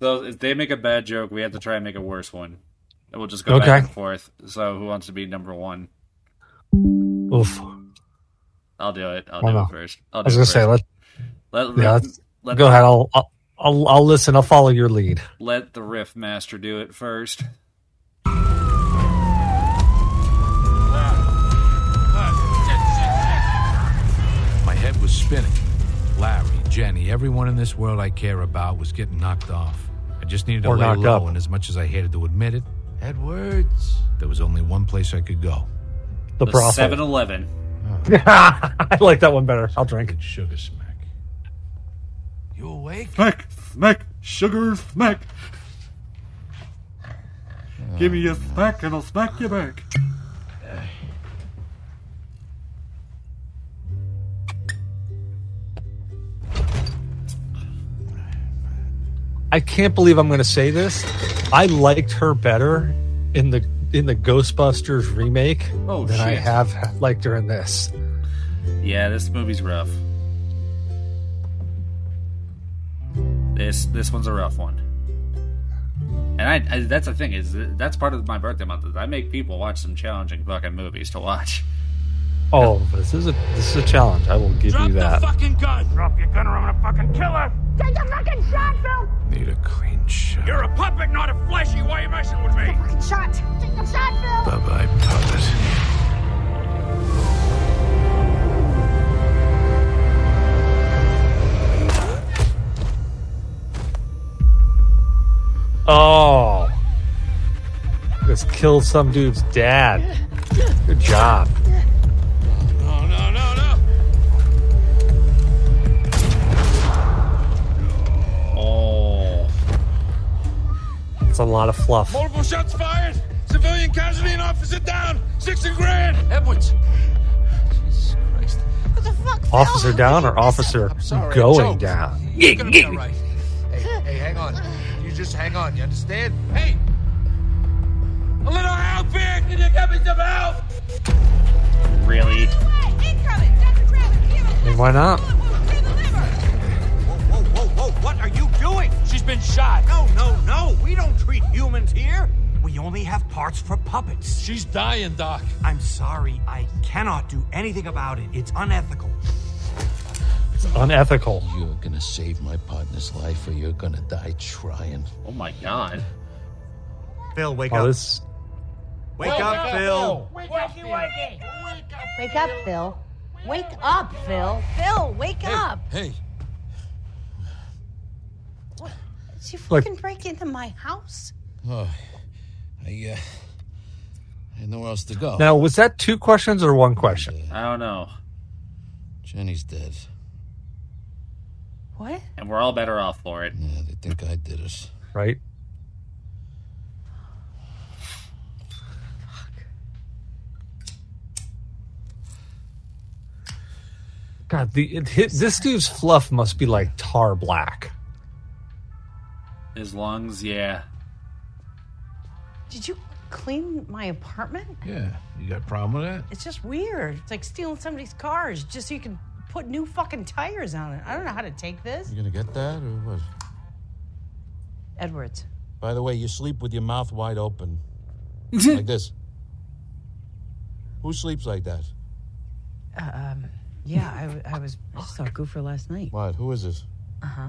S1: So if they make a bad joke, we have to try and make a worse one, and we'll just go
S2: Okay.
S1: back and forth. So who wants to be number one?
S2: Oof.
S1: I'll do it. I'll
S2: Why
S1: do it
S2: not?
S1: first.
S2: I
S1: I'll do
S2: was
S1: it
S2: gonna
S1: first.
S2: say let,
S1: Let-
S2: yeah,
S1: let-
S2: let's-
S1: let-
S2: go ahead. I'll, I'll I'll I'll listen. I'll follow your lead.
S1: Let the riff master do it first.
S4: My head was spinning. Larry, Jenny, everyone in this world I care about was getting knocked off. I just needed to
S2: Or
S4: lay
S2: knocked
S4: low,
S2: up.
S4: and as much as I hated to admit it, Edwards, there was only one place I could go.
S2: The brothel.
S1: 7-Eleven.
S2: I like that one better. I'll drink.
S4: Sugar smack. You awake?
S1: Smack, smack, sugar smack.
S7: Give me a smack and I'll smack you back.
S2: I can't believe I'm going to say this. I liked her better in the in the Ghostbusters remake
S1: Oh,
S2: than I
S1: shit.
S2: have liked her in this.
S1: Yeah, this movie's rough. This this one's a rough one. And I, I that's the thing is that's part of my birthday month is I make people watch some challenging fucking movies to watch.
S2: Oh, this is a this is a challenge. I will give you that.
S26: fucking gun! Drop your gun or I'm gonna fucking kill her! Take a fucking shot, Phil!
S4: Need a clean shot.
S26: You're a puppet, not a fleshy. Why are you messing with me? fucking shot! Take the shot, Phil!
S4: Bye bye, puppet.
S2: Oh, just killed some dude's dad. Good job.
S26: No, no, no, no!
S1: Oh,
S2: it's a lot of fluff.
S26: Multiple shots fired! Civilian casualty and officer down! Six and grand! Edwards! Jesus Christ. What the fuck?
S2: Officer down or officer
S26: sorry, I
S2: going
S26: choked.
S2: down?
S26: You're gonna be alright. Hey, hey, hang on. You just hang on, you understand? Hey! A little help here! Can you get me some help?
S1: Really?
S2: I mean, why not?
S23: Whoa, whoa, whoa, what are you doing? She's been shot. No, no, no. We don't treat humans here. We only have parts for puppets. She's dying, Doc. I'm sorry. I cannot do anything about it. It's unethical.
S2: It's unethical.
S27: You're gonna save my partner's life or you're gonna die trying.
S1: Oh my god.
S23: Phil, wake
S2: Oh,
S23: up.
S2: this
S5: Wake up, Phil.
S12: Wake up, Phil! Wake up, Phil! Wake up, Phil! Phil, wake up!
S4: Hey,
S12: Did you
S4: Look.
S12: fucking break into my house?
S37: Oh, I, uh, I had nowhere else to
S4: Oh.
S37: go.
S2: Now, was that two questions or one question?
S1: I don't know.
S37: Jenny's dead.
S12: What?
S1: And we're all better off for it.
S37: Yeah, they think I did it.
S2: Right? God, the it, hit, this dude's fluff must be like tar black.
S1: His lungs, yeah.
S12: Did you clean my apartment?
S37: Yeah, you got a problem with that?
S12: It's just weird. It's like stealing somebody's cars just so you can put new fucking tires on it. I don't know how to take this.
S37: You gonna get that or what?
S12: Edwards.
S37: By the way, you sleep with your mouth wide open,
S12: Uh,
S37: like this. Who sleeps like that?
S12: Uh, um, yeah, I, w- I was I saw Goofer last night.
S37: What? Who is it?
S12: Uh huh.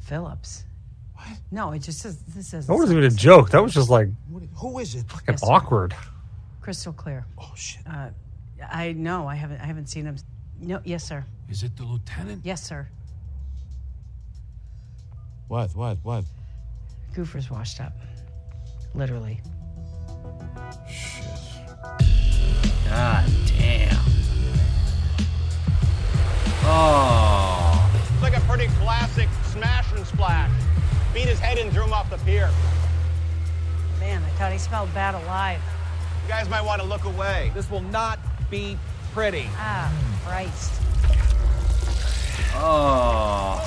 S12: Phillips. What? No, it just says this says
S2: That wasn't even a joke. That was just like
S12: who is it?
S2: fucking awkward.
S12: Crystal clear. Oh shit. Uh, I know. I haven't. I haven't seen him. No. Yes, sir.
S38: Is it the lieutenant?
S12: Yes, sir.
S37: What? What? What?
S12: Goofer's washed up. Literally.
S1: God damn. Oh.
S5: It's like a pretty classic smash and splash. Beat his head in, threw him off the pier.
S12: Man, I thought he smelled bad alive.
S5: You guys might want to look away. This will not be pretty.
S12: Ah, Christ.
S1: Oh.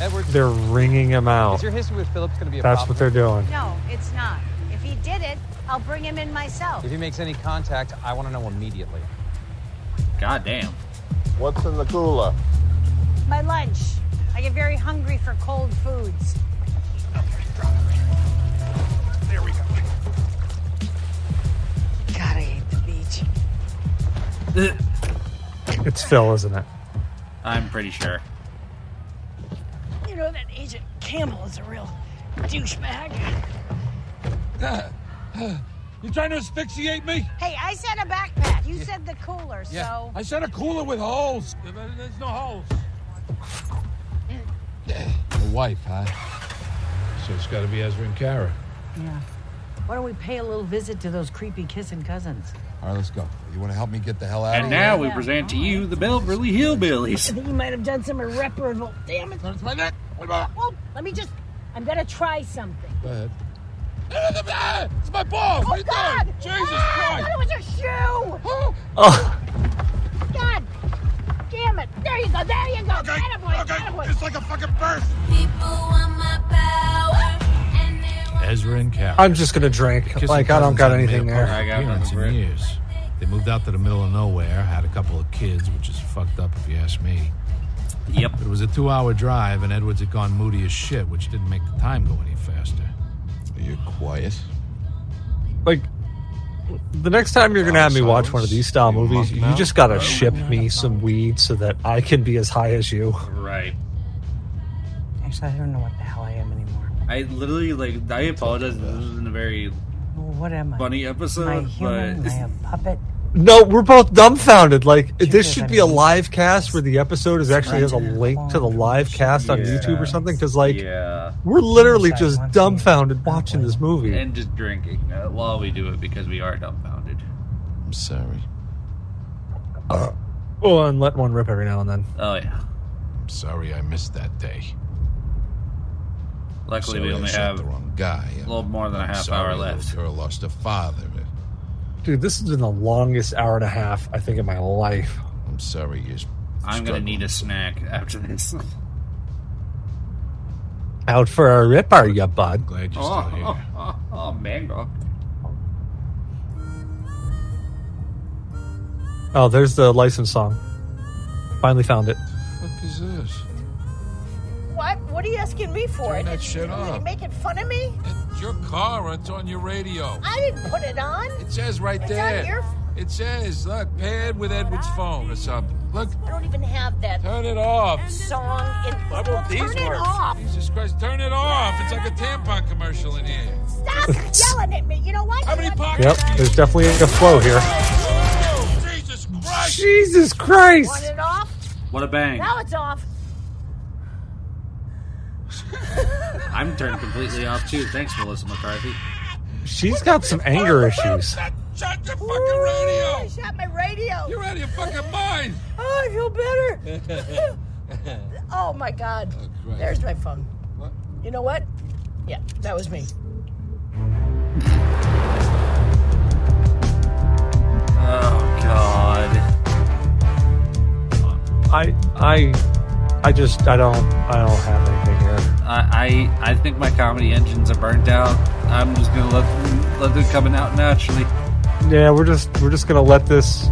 S5: Edwards,
S2: They're wringing him out.
S5: Is your history with Phillips gonna be a
S2: That's what they're doing.
S12: No, it's not. If he did it, I'll bring him in myself.
S5: if he makes any contact, I want to know immediately.
S1: God damn.
S5: What's in the cooler?
S12: My lunch. I get very hungry for cold foods.
S5: There we go.
S12: God, I hate the beach. Uh.
S2: It's Phil, isn't it?
S1: I'm pretty sure.
S21: You know that Agent Campbell is a real douchebag.
S4: you trying to asphyxiate me?
S12: Hey, I said a backpack. You said the cooler, so.
S4: I sent a cooler with holes. There's no holes.
S39: A wife, huh? So it's got to be Ezra and Kara.
S12: Yeah. Why don't we pay a little visit to those creepy kissing cousins?
S4: All right, let's go. You want to help me get the hell out
S1: And
S4: of
S1: now we
S4: here?
S1: present to you the Beverly Hillbillies.
S21: You might have done some irreparable damage.
S12: Well, let me just. I'm gonna try something.
S4: Go ahead. It's my balls!
S12: Oh,
S4: right there!
S12: God!
S4: Jesus
S12: Ah, I
S4: Christ!
S12: thought it was your shoe!
S2: Oh,
S12: God damn it! There you go, there you go! Okay, okay. It's like a fucking burst! People want my power.
S38: Ezra and Kara.
S2: I'm just gonna drink.
S38: Kissing
S2: like I don't
S38: cousins
S2: got
S38: hadn't made
S2: anything
S38: a
S2: there.
S38: public appearance in years. They moved out to the middle of nowhere, had a couple of kids, which is fucked up if you ask me.
S1: Yep.
S38: It was a two-hour drive, and Edwards had gone moody as shit, which didn't make the time go any faster.
S39: You're quiet.
S2: Like the next time you're gonna have me watch one of these style movies, you just gotta ship me some weed so that I can be as high as you.
S1: Right.
S12: Actually, I don't know what the hell I am anymore.
S1: I literally, like, I apologize. This isn't a very
S12: Well, what am I?
S1: funny
S12: Am I
S1: episode,
S12: human?
S1: but.
S12: Am I a puppet?
S2: No, we're both dumbfounded. Like this should be a live cast where the episode is actually has a link to the live cast on
S1: Yeah.
S2: YouTube or something. Because like
S1: Yeah.
S2: we're literally just dumbfounded watching this movie.
S1: And just drinking uh, while we do it because we are dumbfounded.
S2: I'm sorry. Oh, and let one rip every now and then.
S1: Oh, yeah.
S38: I'm sorry I missed that day.
S1: Luckily,
S39: Sorry
S1: we
S39: I
S1: only
S39: shot
S1: have
S39: the wrong guy.
S1: a little more than a half
S39: Sorry,
S1: hour
S39: little
S1: left.
S39: Girl lost her father.
S2: Dude, this has been the longest hour and a half I think in my life.
S39: I'm sorry, you.
S1: I'm going to need a snack after this.
S2: Out for a rip, are you, bud?
S38: Glad
S1: oh, oh, oh, oh, mango.
S2: Oh, there's the license song. Finally found it.
S39: Fuck is this?
S21: What? What are you asking me for?
S4: Turn
S21: It-
S4: that shit
S21: are
S4: off.
S21: you making fun of me?
S4: Your car, it's on your radio.
S21: I didn't put it on.
S4: It says right
S21: It's
S4: there.
S21: on your f-
S4: It says, look, paired with Edward's phone or something. Look,
S21: I don't even have that
S4: turn it off.
S21: song in.
S4: How
S21: Well, turn it off.
S4: Jesus Christ, turn it off. It's like a tampon commercial in here.
S21: Stop yelling at me. You know what?
S4: How many
S2: Yep, there's definitely a flow here. Jesus
S21: Want
S2: Christ!
S21: it off?
S1: What a bang.
S21: Now it's off.
S1: I'm turned completely off too. Thanks, Melissa McCarthy.
S2: She's got some anger issues.
S1: Shut the fuck
S21: radio. I shot my radio. You're out of your fucking mind. Oh, I feel better. oh my god.
S26: Christ.
S21: There's my phone. You know what? Yeah, that was me.
S1: Oh God.
S2: I, I, I just, I don't, I don't have anything here.
S1: I, I I think my comedy engines are burnt out. I'm just gonna let them, let them coming out naturally.
S2: Yeah, we're just, we're just gonna let this,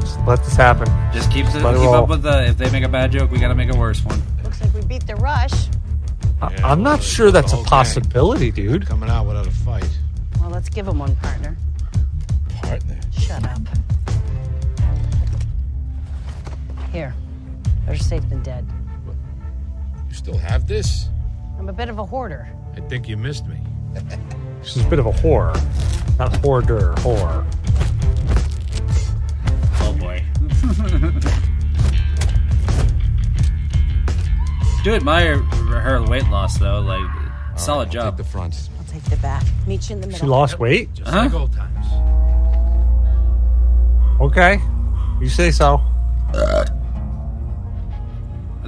S2: just let this happen.
S1: Just keep keep
S2: Let it roll.
S1: up with the. If they make a bad joke, we gotta make a worse one.
S21: Looks like we beat the rush.
S2: I, I'm not sure that's a possibility, dude.
S5: Coming out without a fight.
S19: Well, let's give him one, partner.
S5: Partner.
S19: Shut up. Here. Better safe than dead.
S5: You still have this?
S19: I'm a bit of a hoarder.
S4: I think you missed me.
S2: She's a bit of a whore, not hoarder, whore.
S1: Oh boy. Do admire her weight loss though. Like, solid job. Oh, the front.
S19: I'll take the back. Meet you in the middle.
S2: She lost weight.
S1: Just like
S2: old times. Okay, you say so. Oh,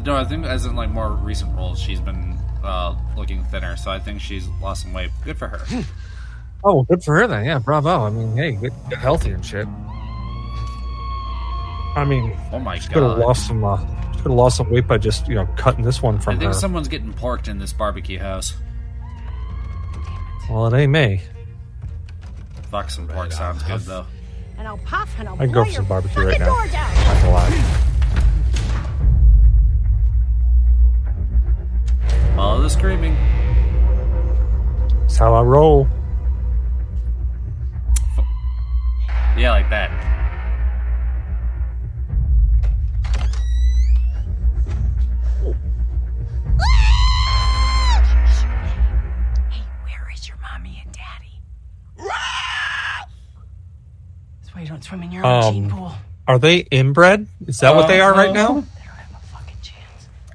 S1: No, I think as in like more recent roles, she's been uh, looking thinner. So I think she's lost some weight. Good for her.
S2: Oh, well, good for her then. Yeah, bravo. I mean, hey, get, get healthy and shit. I mean,
S1: Oh my
S2: she could have
S1: god.
S2: lost some. Uh, could have lost some weight by just you know cutting this one
S1: I
S2: from her.
S1: think someone's getting porked in this barbecue house.
S2: Well, it ain't me.
S1: Fuck, some pork sounds good though.
S21: And I'll puff and I'll
S2: I can go for
S21: blow
S2: some
S21: your
S2: barbecue right
S21: fucking
S2: now.
S21: door down.
S2: Not gonna lie.
S1: Follow the screaming.
S2: That's how I roll.
S1: Yeah, like that.
S19: Where is your mommy and daddy? That's why you don't swim in your own gene pool.
S2: Um, are they inbred? Is that what they are right
S1: Um,
S2: now?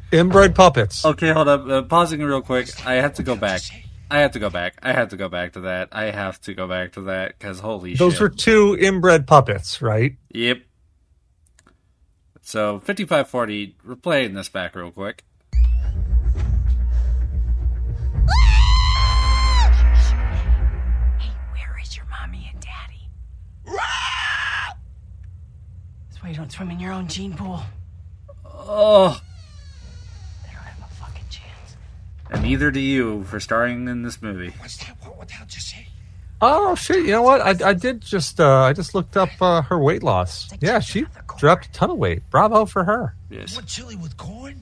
S2: Inbred puppets.
S1: Okay, hold up. Uh, pausing real quick. I have to go back. I have to go back. I have to go back to that. I have to go back to that because holy
S2: Those
S1: shit.
S2: were two inbred puppets, right?
S1: Yep. So fifty-five forty. We're playing this back real quick.
S19: Where is your mommy and daddy? That's why you don't swim in your own gene pool.
S1: Oh. And neither do you for starring in this movie.
S2: Oh shit! You know what? I, I did just uh, I just looked up uh, her weight loss. Yeah, she dropped a ton of weight. Bravo for her.
S1: Yes.
S26: What chili with corn?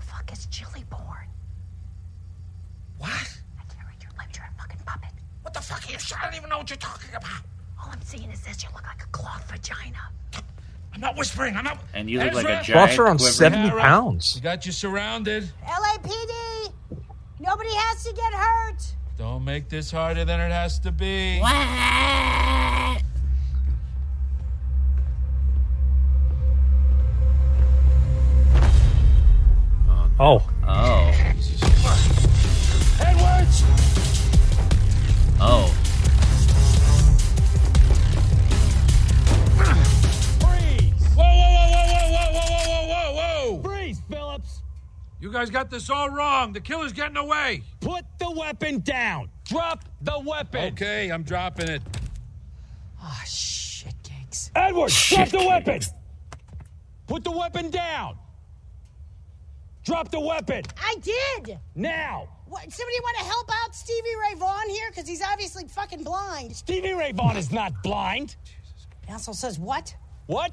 S19: Fuck is chili born.
S26: What?
S19: I can't read your lips. You're a fucking puppet.
S26: What the fuck are you? I don't even know what you're talking about.
S19: All I'm seeing is this. You look like a cloth vagina.
S26: I'm not whispering. I'm not.
S1: And you look
S26: Ezra!
S1: like a giant. quivering-
S2: pounds.
S5: We got you surrounded.
S21: LAPD! Nobody has to get hurt!
S5: Don't make this harder than it has to be.
S2: Oh,
S1: Oh.
S26: Edwards!
S1: Oh.
S5: Whoa, whoa, whoa, whoa, whoa, whoa, whoa, whoa, whoa, whoa! Freeze, Phillips! You guys got this all wrong. The killer's getting away. Put the weapon down. Drop the weapon. Okay, I'm dropping it.
S21: Ah,
S19: Oh, shit cakes.
S5: Edward, drop the weapon. Put the weapon down. Drop the weapon.
S21: I did!
S5: Now.
S21: What, somebody want to help out Stevie Ray Vaughan here? Because he's obviously fucking blind.
S5: Stevie Ray Vaughan is not blind.
S21: Council says what?
S5: What?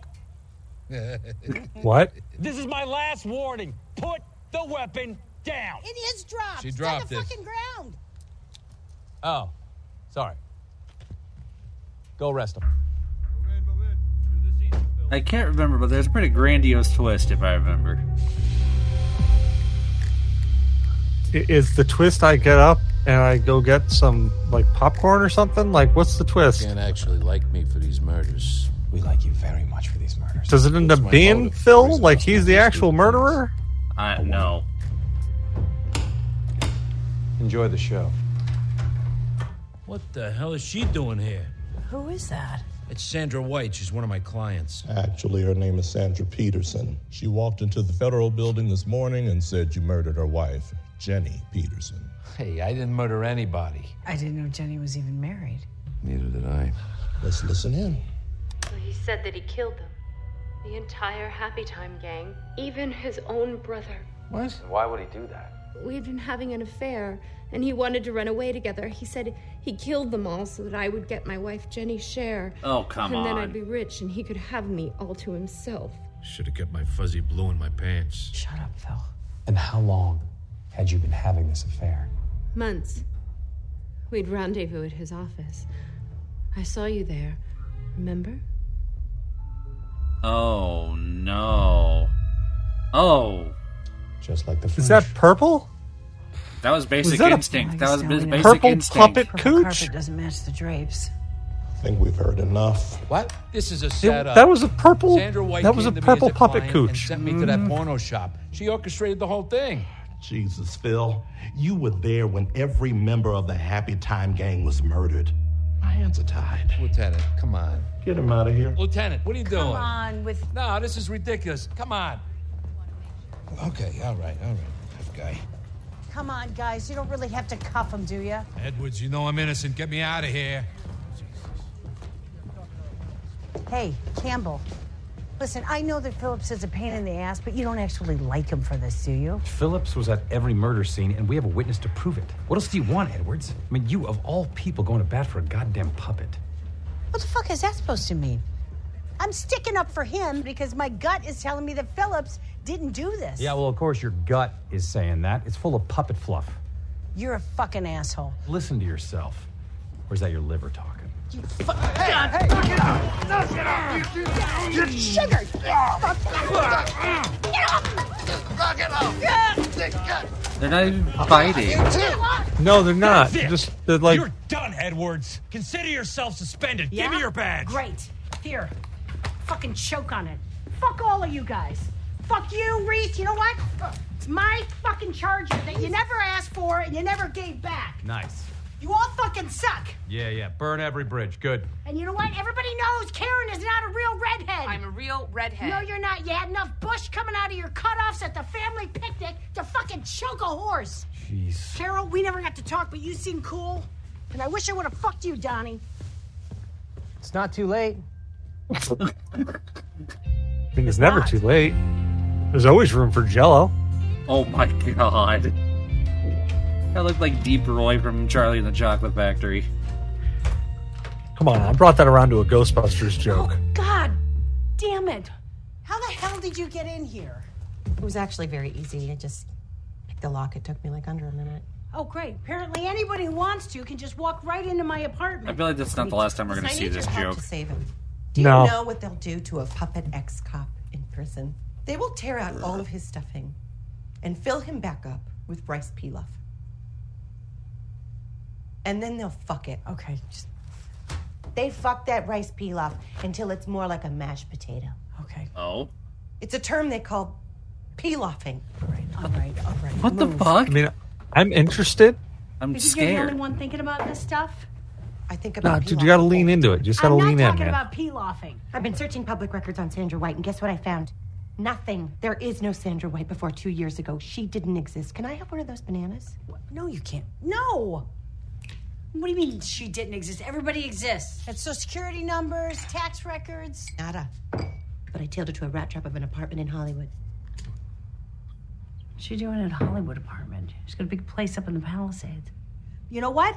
S2: what?
S5: This is my last warning. Put the weapon down.
S21: It is dropped.
S5: She
S21: It's
S5: dropped
S21: on the
S5: it.
S21: fucking ground.
S5: Oh, sorry. Go rest him.
S1: I can't remember, but there's a pretty grandiose twist if I remember.
S2: I- is the twist I get up and I go get some like popcorn or something? Like, what's the twist?
S40: Can't actually like me for these murders. We like you very much for these murders.
S2: Does it end up being Phil? Like he's the actual murderer?
S1: I no.
S5: Enjoy the show.
S4: What the hell is she doing here?
S12: Who is that?
S4: It's Sandra White. She's one of my clients.
S15: Actually, her name is Sandra Peterson. She walked into the federal building this morning and said you murdered her wife, Jenny Peterson.
S4: Hey, I didn't murder anybody.
S12: I didn't know Jenny was even married.
S40: Neither did I.
S15: Let's listen in.
S10: Well, he said that he killed them. The entire Happy Time gang, even his own brother.
S4: What?
S10: Why would he do that? We had been having an affair, and he wanted to run away together. He said he killed them all so that I would get my wife Jenny's share.
S1: Oh, come
S10: and then
S1: on.
S10: I'd be rich and he could have me all to himself.
S4: Should have kept my fuzzy blue in my pants.
S12: Shut up, Phil.
S10: And
S5: How long had you been having this affair?
S10: Months. We'd rendezvous at his office. I saw you there. Remember?
S1: Oh no. Oh,
S5: Just like the
S2: Is that purple?
S1: that was basic
S2: Was that a-
S1: instinct. that was his basic
S2: Purple
S1: instinct.
S2: puppet
S12: Purple
S2: cooch.
S12: carpet doesn't match the drapes.
S15: I think we've heard enough.
S4: What? This is a
S2: It-
S4: setup.
S2: that was a purple.
S4: Sandra White
S2: That was a
S4: came to me
S2: purple
S4: as a
S2: puppet
S4: client And
S2: cooch. Mm-hmm.
S4: sent me to that porno shop. She orchestrated the whole thing.
S15: Jesus, Phil, you were there when every member of the Happy Time Gang was murdered. My hands are tied.
S4: Lieutenant, come on.
S15: Get him out of here.
S4: Lieutenant, what are you doing?
S12: Come on with
S4: No, this is ridiculous. Come on.
S41: Okay, all right, all right. Tough guy.
S21: Come on, guys. You don't really have to cuff him, do you?
S4: Edwards, you know I'm innocent. Get me out of here.
S21: Hey, Campbell. Listen, I know that Phillips is a pain in the ass, but you don't actually like him for this, do you?
S5: Phillips was at every murder scene, and we have a witness to prove it. What else do you want, Edwards? I mean, you, of all people, going to bat for a goddamn puppet.
S21: What the fuck is that supposed to mean? I'm sticking up for him because my gut is telling me that Phillips didn't do this.
S5: Yeah, well, of course, your gut is saying that. It's full of puppet fluff.
S21: You're a fucking asshole.
S5: Listen to yourself. Or is that your liver talking?
S21: God,
S42: Get off! Get off! You- you- You sugar! Get off! Get off! Knock it off! Get
S1: They're not even biting.
S2: No, they're not.
S43: That's it.
S2: Just they're like
S43: You're done, Edwards. Consider yourself suspended.
S21: Yeah?
S43: Give me your badge.
S21: Great. Here. Fucking choke on it. Fuck all of you guys. Fuck you, Reese. You know what? It's my fucking charger that you never asked for and you never gave back.
S5: Nice.
S21: You all fucking suck.
S5: Yeah, yeah. Burn every bridge. Good.
S21: And you know what? Everybody knows Karen is not a real redhead. I'm a real redhead. No, you're not. You had enough bush coming out of your cutoffs at the family picnic to fucking choke a horse.
S5: Jeez.
S21: Carol, we never got to talk, but you seem cool. And I wish I would have fucked you, Donnie.
S5: It's not too late.
S2: I mean, it's never too late. There's always room for Jello.
S1: Oh my god. That looked like Deep Roy from Charlie and the Chocolate Factory.
S2: Come on, I brought that around to a Ghostbusters joke.
S21: God damn it. How the hell did you get in here?
S8: It was actually very easy. I just picked the lock. It took me like under a minute.
S21: Oh, great. Apparently, anybody who wants to can just walk right into my
S1: I
S21: apartment.
S1: feel like that's not the last time we're going to
S8: I
S1: see
S8: need
S1: this
S8: your help
S1: joke.
S8: to save him. Do you
S1: No.
S8: know what they'll do to a puppet ex cop in prison? They will tear out all of his stuffing and fill him back up with rice pilaf. And then they'll fuck it. Okay. Just... They fuck that rice pilaf until it's more like a mashed potato. Okay.
S1: Oh.
S8: It's a term they call pilafing.
S21: All right, all right.
S1: What the fuck?
S2: I mean, I'm interested.
S1: I'm
S21: Is you the only one thinking about this stuff?
S8: I think
S2: No, dude, you gotta lean into it. You just gotta
S8: I'm not
S2: lean in,
S8: talking
S2: man.
S8: about-
S21: Pilafing.
S8: I've been searching public records on Sandra White, and guess what I found? Nothing. There is no Sandra White before two years ago. She didn't exist. Can I have one of those bananas?
S21: No, you can't. No. What do you mean she didn't exist? Everybody exists. That's social security numbers, tax records.
S8: Nada. But I tailed her to a rat trap of an apartment in Hollywood.
S12: What's she doing in a Hollywood apartment? She's got a big place up in the Palisades.
S21: You know what?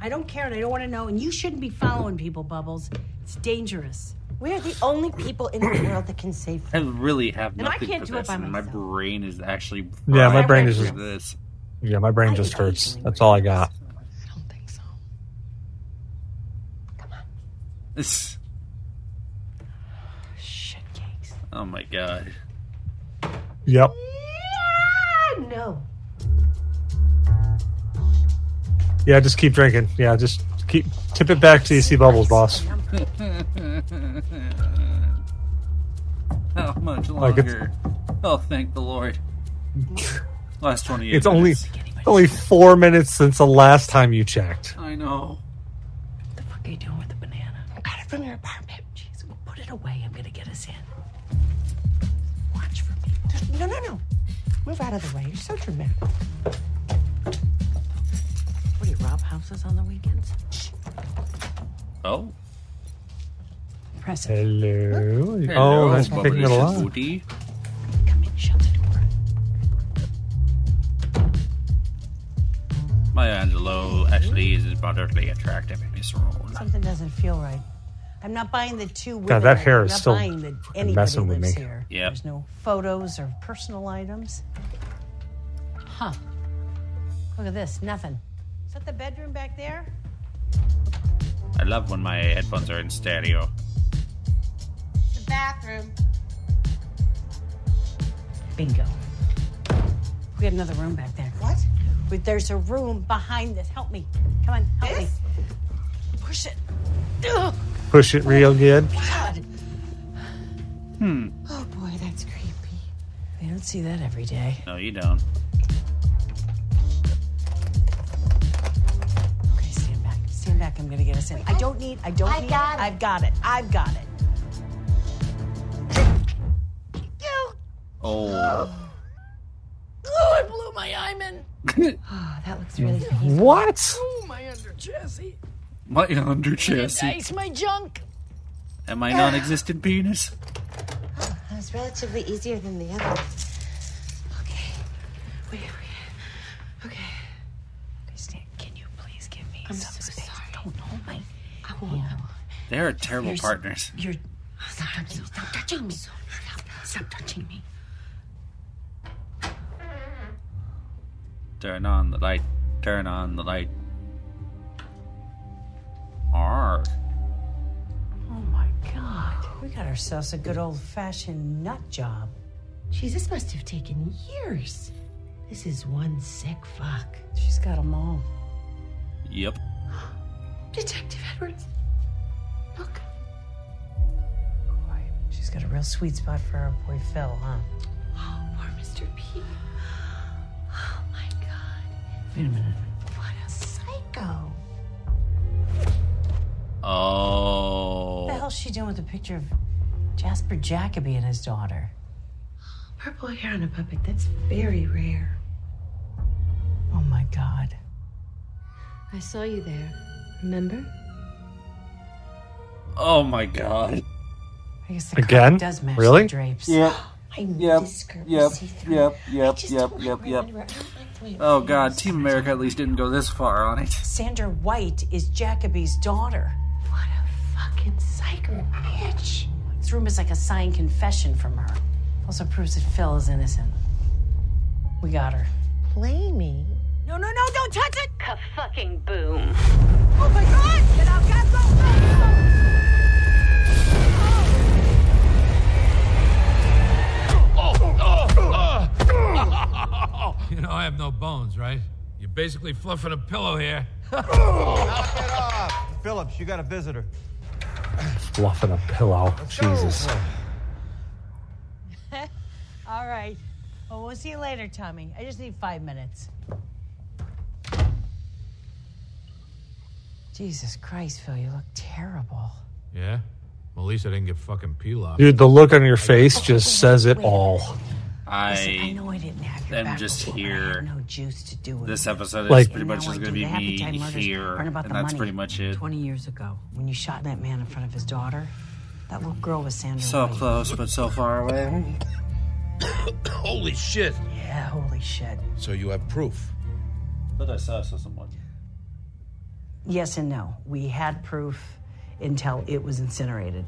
S21: I don't care and I don't want to know, and you shouldn't be following people, Bubbles. It's dangerous.
S8: We are the only people in the world that can save.
S1: I really have
S8: And I
S1: nothing
S8: can't
S1: for
S8: do it
S1: this,
S8: by
S1: and my brain is actually.
S2: Yeah, my brain is
S1: for
S2: just-
S1: this.
S2: Yeah, my brain just hurts. That's all I got.
S1: This. Shit cakes. Oh my god.
S2: Yep.
S8: no.
S2: Yeah, just keep drinking. Yeah, just keep tip it back till you see bubbles, boss.
S1: How much
S2: Like it's-
S1: longer? oh, thank the Lord. Last 28
S2: It's only
S1: minutes.
S2: only four minutes since the last time you checked.
S1: I know.
S5: What are you doing with the banana? I got it from your apartment. Jeez, well, put it away. I'm gonna get us in.
S8: No, no, no. Move out of the way. You're so dramatic.
S5: What do you rob houses on the weekends?
S1: Oh.
S5: Impressive.
S2: Hello.
S1: Hello,
S2: Oh, that's
S1: bubbly
S2: picking it alive.
S1: Woody. My Angelo actually is moderately attractive in this role.
S12: Something doesn't feel right. I'm not buying the two women.
S2: God, that hair
S12: I'm
S2: is
S12: not
S2: still
S12: buying that
S2: fucking
S12: anybody
S2: messing with
S12: lives
S2: me.
S12: Here.
S1: Yep.
S12: There's no photos or personal items. Huh. Look at this. Nothing. Is that the bedroom back there?
S1: I love when my headphones are in stereo.
S12: The bathroom.
S5: Bingo.
S12: We had another room back there. What? there's a room behind this. Help me. Come on, help me. Push it. Ugh.
S2: Push it real good.
S12: God.
S1: Hmm.
S12: Oh boy, that's creepy. We don't see that every day.
S1: No, you don't.
S12: Okay, stand back. Stand back. I'm gonna get us in. I don't need. I don't
S21: I
S12: need.
S21: got it.
S12: I've got it. I've got it.
S1: Oh.
S5: Oh, it blew my hymen.
S12: Ah,
S5: oh, that looks really painful.
S2: What?
S5: Oh, my under chassis.
S1: My under chassis
S5: Dice my junk.
S1: and my non existent penis.
S21: That was relatively easier than the other.
S5: Can you please give me I'm some so space? Sorry. Don't hold my. I won't.
S1: They are terrible
S5: You're so-
S1: partners.
S5: You're. Stop touching me. Stop touching me. Stop touching me.
S1: Turn on the light. Turn on the light. R.
S12: Oh my god. We got ourselves a good old fashioned nut job.
S5: Jeez, this must have taken years. This is one sick fuck.
S12: She's got them all.
S1: Yep.
S5: Detective Edwards. Look.
S12: She's got a real sweet spot for our boy Phil, huh?
S5: Oh, poor Mr. P. Oh my god.
S12: Wait a minute.
S5: What a psycho.
S1: Oh.
S12: What the hell's she doing with a picture of Jasper Jacoby and his daughter?
S5: Purple hair on a puppet. That's very rare.
S12: Oh my god.
S5: I saw you there. Remember?
S1: Oh my god.
S12: I guess
S2: the Again? carpet does match Really? the
S12: drapes.
S1: Yep.
S5: I
S1: Yep. Yep. Yep. Yep.
S12: just
S1: Yep.
S12: don't
S1: Yep. Yep.
S12: the way it
S1: Oh god, Team America at least didn't go this far on it.
S12: Sandra White is Jacoby's daughter. What a fucking psycho bitch. This room is like a signed confession from her. Also proves that Phil is innocent. We got her.
S21: Play me.
S12: No, no, no, don't touch it! Ka fucking boom.
S21: Oh my god! Get out, guys! Go,
S44: Oh.
S4: You know, I have no bones, right? You're basically fluffing a pillow here.
S44: Phillips, you got a visitor.
S2: Fluffing a pillow. Jesus.
S12: All right. Well, we'll see you later, Tommy. I just need five minutes. Jesus Christ, Phil, you look terrible.
S4: Yeah? Well, at least I didn't get fucking peel off.
S2: Dude, the look on your face just says it all.
S1: I,
S12: I know I didn't have your
S1: am
S12: back
S1: just
S12: before, but I
S1: here.
S12: had no juice to do with
S1: This
S12: it.
S1: episode is
S2: Like-
S1: pretty much
S12: Now
S1: just
S12: I
S1: going to
S12: do
S1: be
S12: the
S1: me
S12: appetite murders.
S1: here,
S12: Learn about
S1: and
S12: the
S1: that's
S12: money.
S1: pretty much it.
S12: 20 years ago, when you shot that man in front of his daughter, that little girl was Sandra.
S1: So close, but so far away.
S4: Holy shit.
S12: Yeah, holy shit.
S4: So you have proof.
S1: But I saw someone.
S12: Yes and no. We had proof until it was incinerated.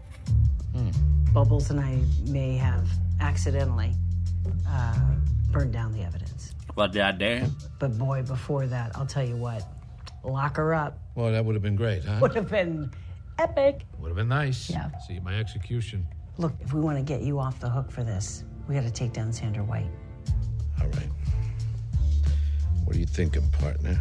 S1: Hmm.
S12: Bubbles and I may have accidentally uh, burned down the evidence.
S1: But goddamn.
S12: But boy, before that, I'll tell you what, lock her up
S4: Well, that would have been great, huh?
S12: would have been epic.
S4: Would have been nice. Yeah. See my execution.
S12: Look, if we want to get you off the hook for this, we got to take down Sandra White.
S45: What are you thinking, partner?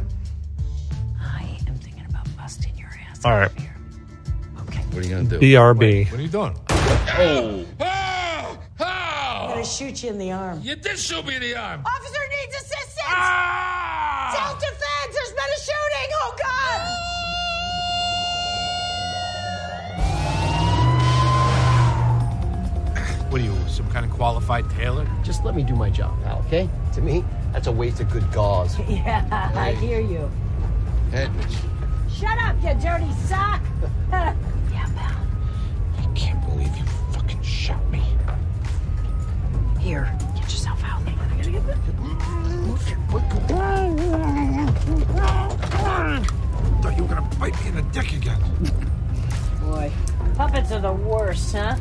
S46: I am thinking about busting your ass.
S2: All right.
S47: What are you gonna do?
S2: BRB.
S47: What are you doing?
S1: Oh.
S48: I'm gonna shoot you in the arm.
S12: You did shoot me in the arm.
S21: Officer needs assistance!
S1: Ah!
S21: Self defense! There's been a shooting! Oh, God!
S49: What are you, some kind of qualified tailor?
S27: Just let me do my job, pal, okay? To me, that's a waste of good gauze.
S21: Yeah, I
S27: Hey.
S21: hear you.
S27: Edwards.
S21: Shut up, you dirty sock! yeah, pal.
S27: I can't believe you fucking shot me.
S21: Here, get yourself out. I gotta get the-
S12: thought you were gonna bite me in the dick again.
S21: Boy, puppets are the worst, huh?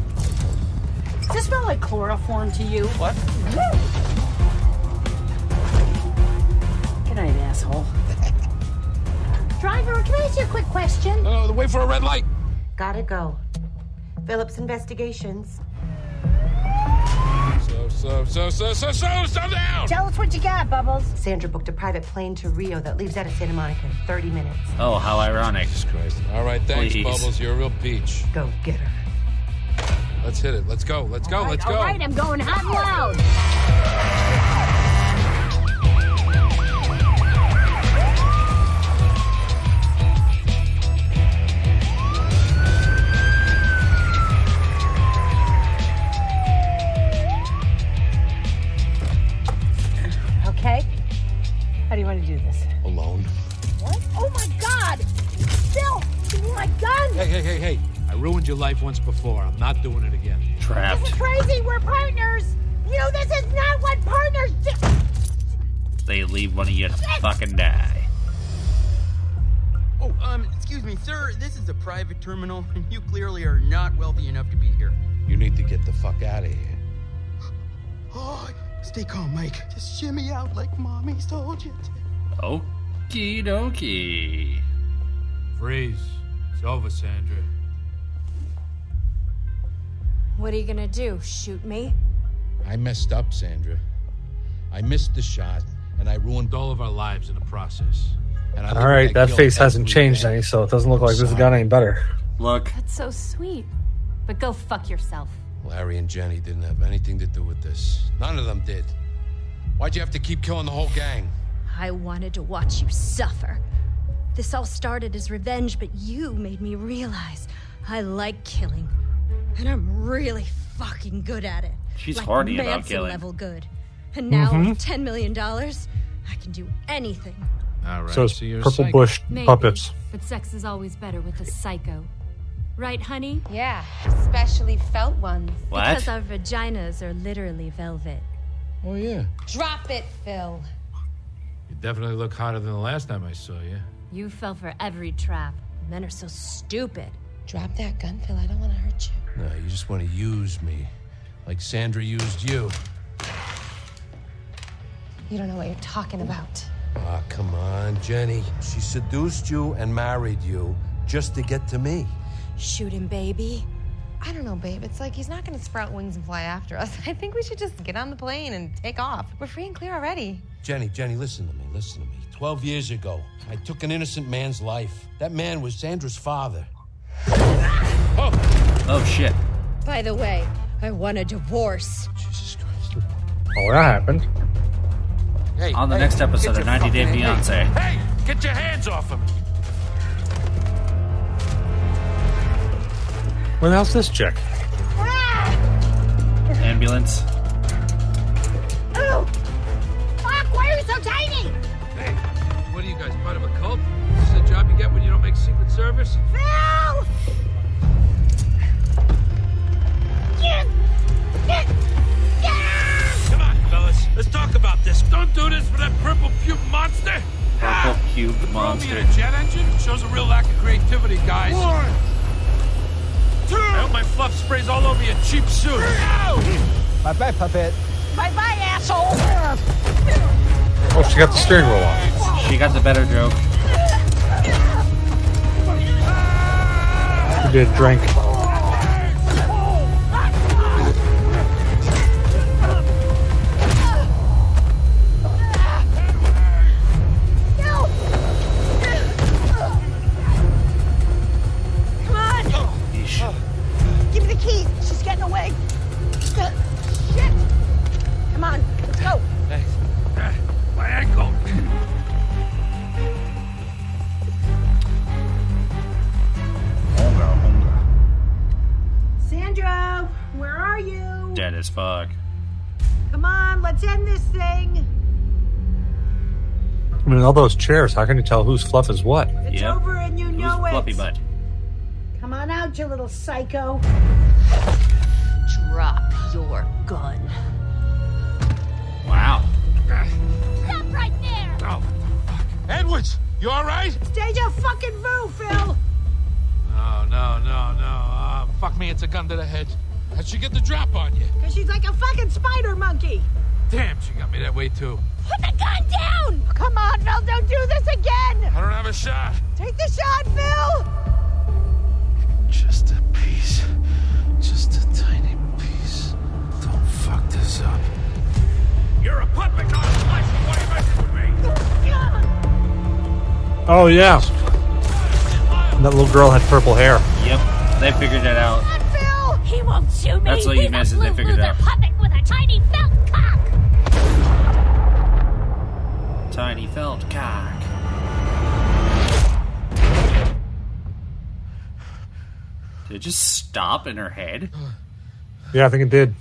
S21: Does this smell like chloroform to you? What? Good night, asshole.
S8: Driver, can I ask you a quick question?
S12: No, no, wait for a red light.
S8: Gotta go. Phillips Investigations.
S12: So, so, so, so, so, so, so down!
S8: Tell us what you got, Bubbles. Sandra booked a private plane to Rio that leaves out of Santa Monica in 30 minutes.
S1: Oh, how ironic. Jesus
S12: Christ. All right, thanks,
S1: Please.
S12: Bubbles. You're a real peach.
S8: Go get her.
S12: Let's hit it. Let's go. Let's go. Let's go.
S21: All right, I'm going hot and loud.
S8: Okay? How do you want to do this?
S47: Alone.
S21: What? Oh my god! Phil, give me my gun!
S49: Hey, hey, hey, hey. I ruined your life once before. I'm not doing it again.
S1: Trapped.
S21: Crazy, we're partners! You know, this is not what partners do!
S1: They leave one of you to fucking die.
S11: Oh, um, excuse me, sir. This is a private terminal, and you clearly are not wealthy enough to be here.
S50: You need to get the fuck out of here.
S11: Oh, stay calm, Mike. Just shimmy out like mommy's told you to.
S1: Okie dokie.
S49: Freeze. It's over, Sandra.
S10: What are you gonna do? Shoot me?
S4: I messed up, Sandra. I missed the shot, and I ruined
S49: all of our lives in the process.
S4: And I
S2: All right, that face hasn't changed any, so it doesn't look like this has gotten any better.
S1: Look.
S10: That's so sweet. But go fuck yourself.
S4: Larry and Jenny didn't have anything to do with this. None of them did. Why'd you have to keep killing the whole gang?
S10: I wanted to watch you suffer. This all started as revenge, but you made me realize I like killing. And I'm really fucking good at it.
S1: She's
S10: like
S1: horny about
S10: Manson
S1: killing.
S10: level good. And now, with
S2: Mhm.
S10: $10 million, I can do anything.
S49: All right.
S2: So it's
S49: you're a
S2: purple
S49: psycho.
S2: bush
S10: Maybe.
S2: puppets.
S10: But sex is always better with a psycho. Right, honey?
S25: Yeah, especially felt ones.
S10: Because our vaginas are literally velvet.
S4: Oh, yeah.
S25: Drop it, Phil.
S49: You definitely look hotter than the last time I saw you.
S10: You fell for every trap. Men are so stupid.
S25: Drop that gun, Phil. I don't want to hurt you.
S4: No, you just want to use me. Like Sandra used you.
S25: You don't know what you're talking about.
S4: Ah, come on, Jenny. She seduced you and married you just to get to me.
S10: Shoot him, baby.
S25: I don't know, babe. It's like he's not going to sprout wings and fly after us. I think we should just get on the plane and take off. We're free and clear already.
S4: Jenny, Jenny, listen to me. Listen to me. Twelve years ago, I took an innocent man's life. That man was Sandra's father.
S1: Oh, shit.
S10: By the way, I want a divorce.
S2: Oh, that happened.
S1: On the next episode of 90 Day Fiance.
S12: Hey, get your hands off of me.
S2: When the hell's this chick?
S1: Ambulance.
S5: Ooh! Fuck, why are you so tiny?
S12: What are you guys, part of a cult? This is the job you get when you don't make Secret Service?
S5: Phil! Get, get,
S12: Come on, fellas. Let's talk about this. Don't do this for that purple pube monster.
S1: Purple cube
S12: Throw me in
S1: monster.
S12: a jet engine? Shows a real lack of creativity, guys. One, two. I hope my fluff sprays all over your cheap suit. oh!
S27: Bye bye, puppet.
S21: Bye bye, asshole!
S2: Oh, she got the steering wheel off.
S1: She got the better joke.
S2: She did a drink.
S21: No!
S5: Oh.
S21: Hello? Where are you?
S1: Dead as fuck.
S21: Come on, let's end this thing.
S2: I mean, all those chairs, how can you tell whose fluff is what?
S21: It's over and you know it.
S1: butt?
S21: Come on out, you little psycho.
S51: Drop your gun.
S1: Wow.
S21: Stop right there!
S5: Oh, fuck. Edwards, you all right?
S21: Stay your fucking move, Phil!
S5: No, no, no, no.
S4: Ah,
S5: Uh, fuck me, it's a gun to the head. How'd she get the drop on you?
S21: Cause she's like a fucking spider monkey!
S5: Damn, she got me that way too.
S21: Put the gun down! Come on, Phil, don't do this again!
S5: I don't have a shot.
S21: Take the shot, Phil!
S5: Just a piece. Just a tiny piece. Don't fuck this up. You're a puppet, not a flesh. What are you messing with me?
S2: Oh, yeah. That little girl had purple hair.
S1: Yep. They figured that out.
S21: Phil! He won't shoot me!
S1: That's what you missed is they figured it out.
S21: puppet with a tiny felt cock!
S1: Tiny felt cock. Did it just stop in her head?
S2: Yeah, I think it did.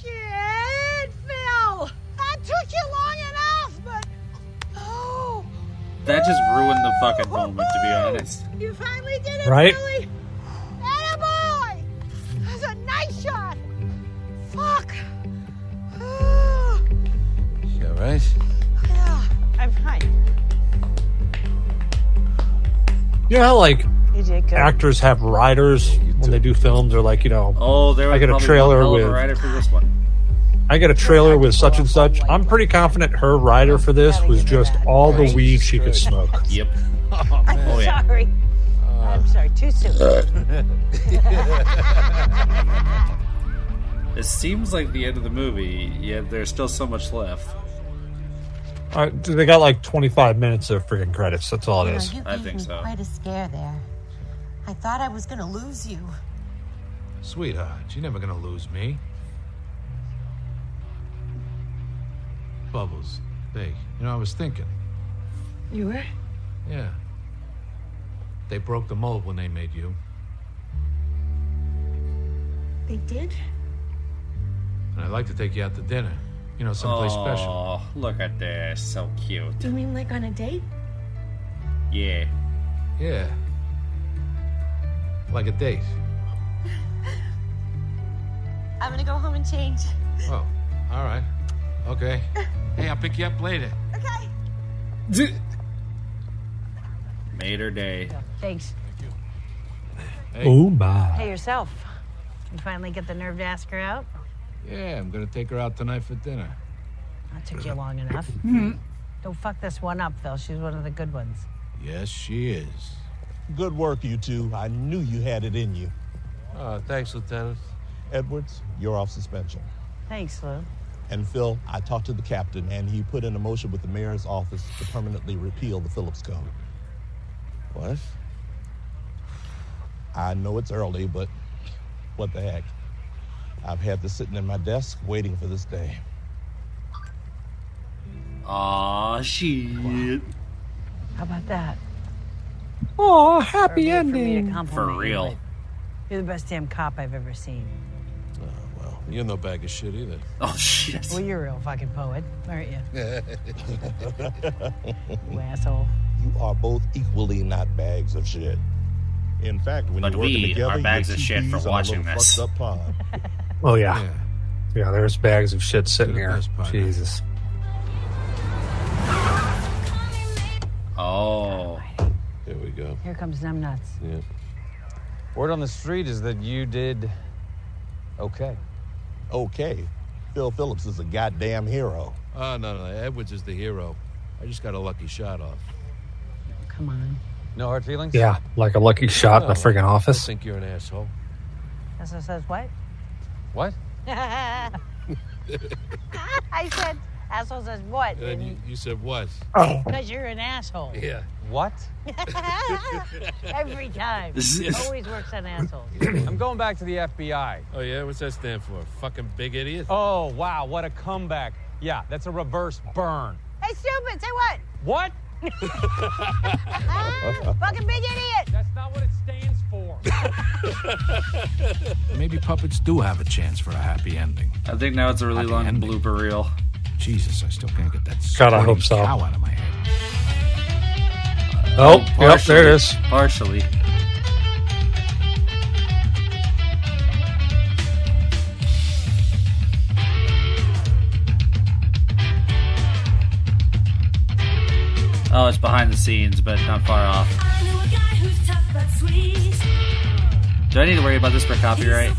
S21: Shit, Phil! That took you long enough, but. Oh!
S1: That just ruined the fucking moment, to be honest.
S21: You finally did it,
S1: Right?
S21: Billy. Attaboy! That was a nice shot! Fuck!
S5: You all right?
S21: Yeah, I'm fine.
S2: You know how, like,
S21: You did good.
S2: actors have writers when they do films, or, like, you know,
S1: Oh, there was
S2: I get a
S1: probably
S2: trailer
S1: one hell of
S2: with
S1: a writer for this one.
S2: I got a trailer with such and such. I'm pretty confident her rider for this was just all the weed she could smoke.
S1: Yep.
S12: I'm
S2: Oh, yeah.
S12: sorry. I'm sorry. Too soon.
S1: It seems like the end of the movie, yet there's still so much left.
S2: Uh, they got like 25 minutes of freaking credits. That's all it is.
S8: Oh, You gave me Quite a scare there. I thought I was gonna lose you.
S4: Sweetheart, you're never gonna lose me. Bubbles, they, you know, I was thinking,
S12: you were?
S4: yeah. They broke the mold when they made you,
S12: They did?
S4: and I'd like to take you out to dinner. You know, someplace special.
S1: Oh, look at this. So cute.
S12: You mean like on a date?
S1: Yeah.
S4: Yeah. Like a date.
S12: I'm gonna go home and change.
S4: Oh, all right. Okay. Hey, I'll pick you up later.
S1: Made her day.
S12: Thanks.
S2: Oh, my.
S12: Hey yourself. You finally get the nerve to ask her out?
S4: Yeah, I'm gonna take her out tonight for dinner.
S12: That took you long enough. Don't fuck this one up, Phil. She's one of the good ones.
S4: Yes, she is.
S15: Good work, you two. I knew you had it in you.
S4: Uh, thanks, Lieutenant.
S15: Edwards, you're off suspension.
S12: Thanks, Lou.
S15: And Phil, I talked to the captain, and he put in a motion with the mayor's office to permanently repeal the Phillips Code. What? I know it's early, but what the heck? I've had this sitting in my desk waiting for this day.
S1: Aw, shit.
S12: How about that?
S2: Oh,
S12: happy ending.
S4: For real.
S12: You're the best damn cop I've ever seen.
S4: You're no bag of shit either.
S1: Oh, shit.
S12: Well, you're a real fucking poet, aren't you? you asshole.
S15: You are both equally not bags of shit. In fact, when
S1: But
S15: you're working
S1: we
S15: together,
S1: are bags
S15: you're
S1: of
S15: two
S1: shit for
S15: peas in a little
S1: watching this.
S15: fucked up pond.
S2: Oh, yeah. yeah. there's bags of shit sitting here. Jesus.
S1: Oh.
S4: There we go.
S12: Here comes Numb Nuts.
S4: Yeah.
S52: Word on the street is that you did okay.
S15: Okay. Phil Phillips is a goddamn hero.
S4: Oh, no, no, Edwards is the hero. I just got a lucky shot off.
S12: Come on.
S52: No hard feelings?
S2: Yeah, like a lucky shot in the
S4: Oh,
S52: No,
S2: freaking
S52: I
S2: office.
S52: think you're an asshole.
S12: That's what says what?
S52: What?
S12: I said, asshole says what?
S4: And you, you said what?
S2: Oh.
S12: Because you're an asshole.
S4: Yeah.
S52: What?
S12: Every time.
S4: This is-
S12: Always works on assholes.
S52: I'm going back to the FBI.
S4: Oh, yeah? What's that stand for? Fucking big idiot?
S52: Oh, wow, what a comeback. Yeah, that's a reverse burn.
S12: Hey, stupid, say what?
S52: What?
S12: Fucking big idiot. That's
S52: not what it
S4: Maybe puppets do have a chance for a happy ending.
S1: I think now it's a really long blooper reel.
S4: Jesus, I still can't get that
S1: God, I hope
S4: squirting
S1: so.
S4: cow out of my head.
S2: Oh, yep, there it is.
S1: Partially. Oh, it's behind the scenes, but not far off. Do I need to worry about this for copyright?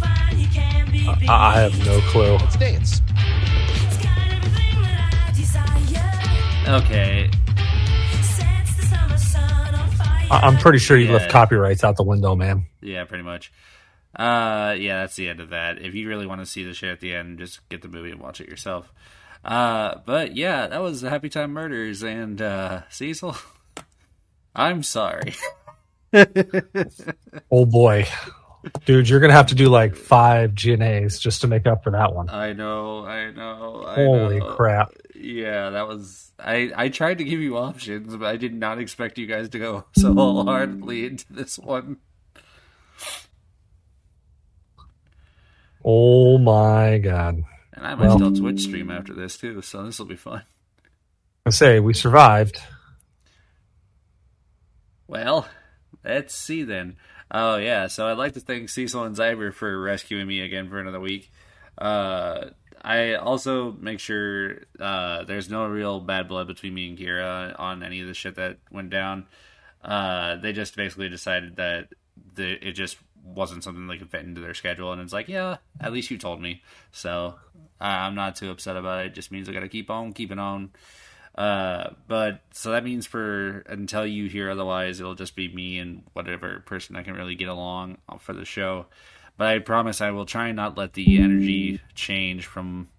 S2: I have no clue.
S1: Let's dance. Okay.
S2: I- I'm pretty sure you left
S1: Yeah.
S2: copyrights out the window, man.
S1: Yeah, pretty much. Uh, yeah, that's the end of that. If you really want to see the shit at the end, just get the movie and watch it yourself. Uh, but yeah, that was Happy Time Murders and uh, Cecil. I'm sorry.
S2: Oh boy, dude, you're gonna have to do like five GNAs just to make up for that one.
S1: I know, I know. Oh, I
S2: Holy
S1: know.
S2: crap.
S1: Yeah, that was. I I tried to give you options, but I did not expect you guys to go so wholeheartedly into this one.
S2: Oh my god.
S1: And I might
S2: Well-
S1: still Twitch stream after this too, so this will be fun.
S2: I say we survived.
S1: Well, let's see then. Oh yeah, so I'd like to thank Cecil and Zyber for rescuing me again for another week. Uh, I also make sure uh, there's no real bad blood between me and Kira on any of the shit that went down. Uh, they just basically decided that the, it just wasn't something they could fit into their schedule, and it's like, yeah, at least you told me. So I- I'm not too upset about it. It just means I got to keep on keeping on. Uh, but so that means for until you hear otherwise, it'll just be me and whatever person I can really get along for the show. But I promise I will try and not let the energy change from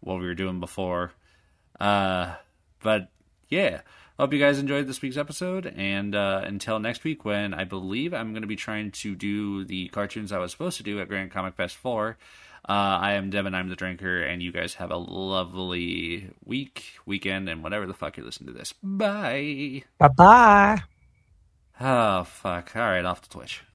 S1: what we were doing before. Uh, but yeah, hope you guys enjoyed this week's episode. And uh, until next week, when I believe I'm going to be trying to do the cartoons I was supposed to do at Grand Comic Fest 4. Uh, I am Devin, I'm the drinker, and you guys have a lovely week, weekend, and whatever the fuck you're listening to this. Bye.
S2: Bye bye.
S1: Oh, fuck. Ah, All right, off to Twitch.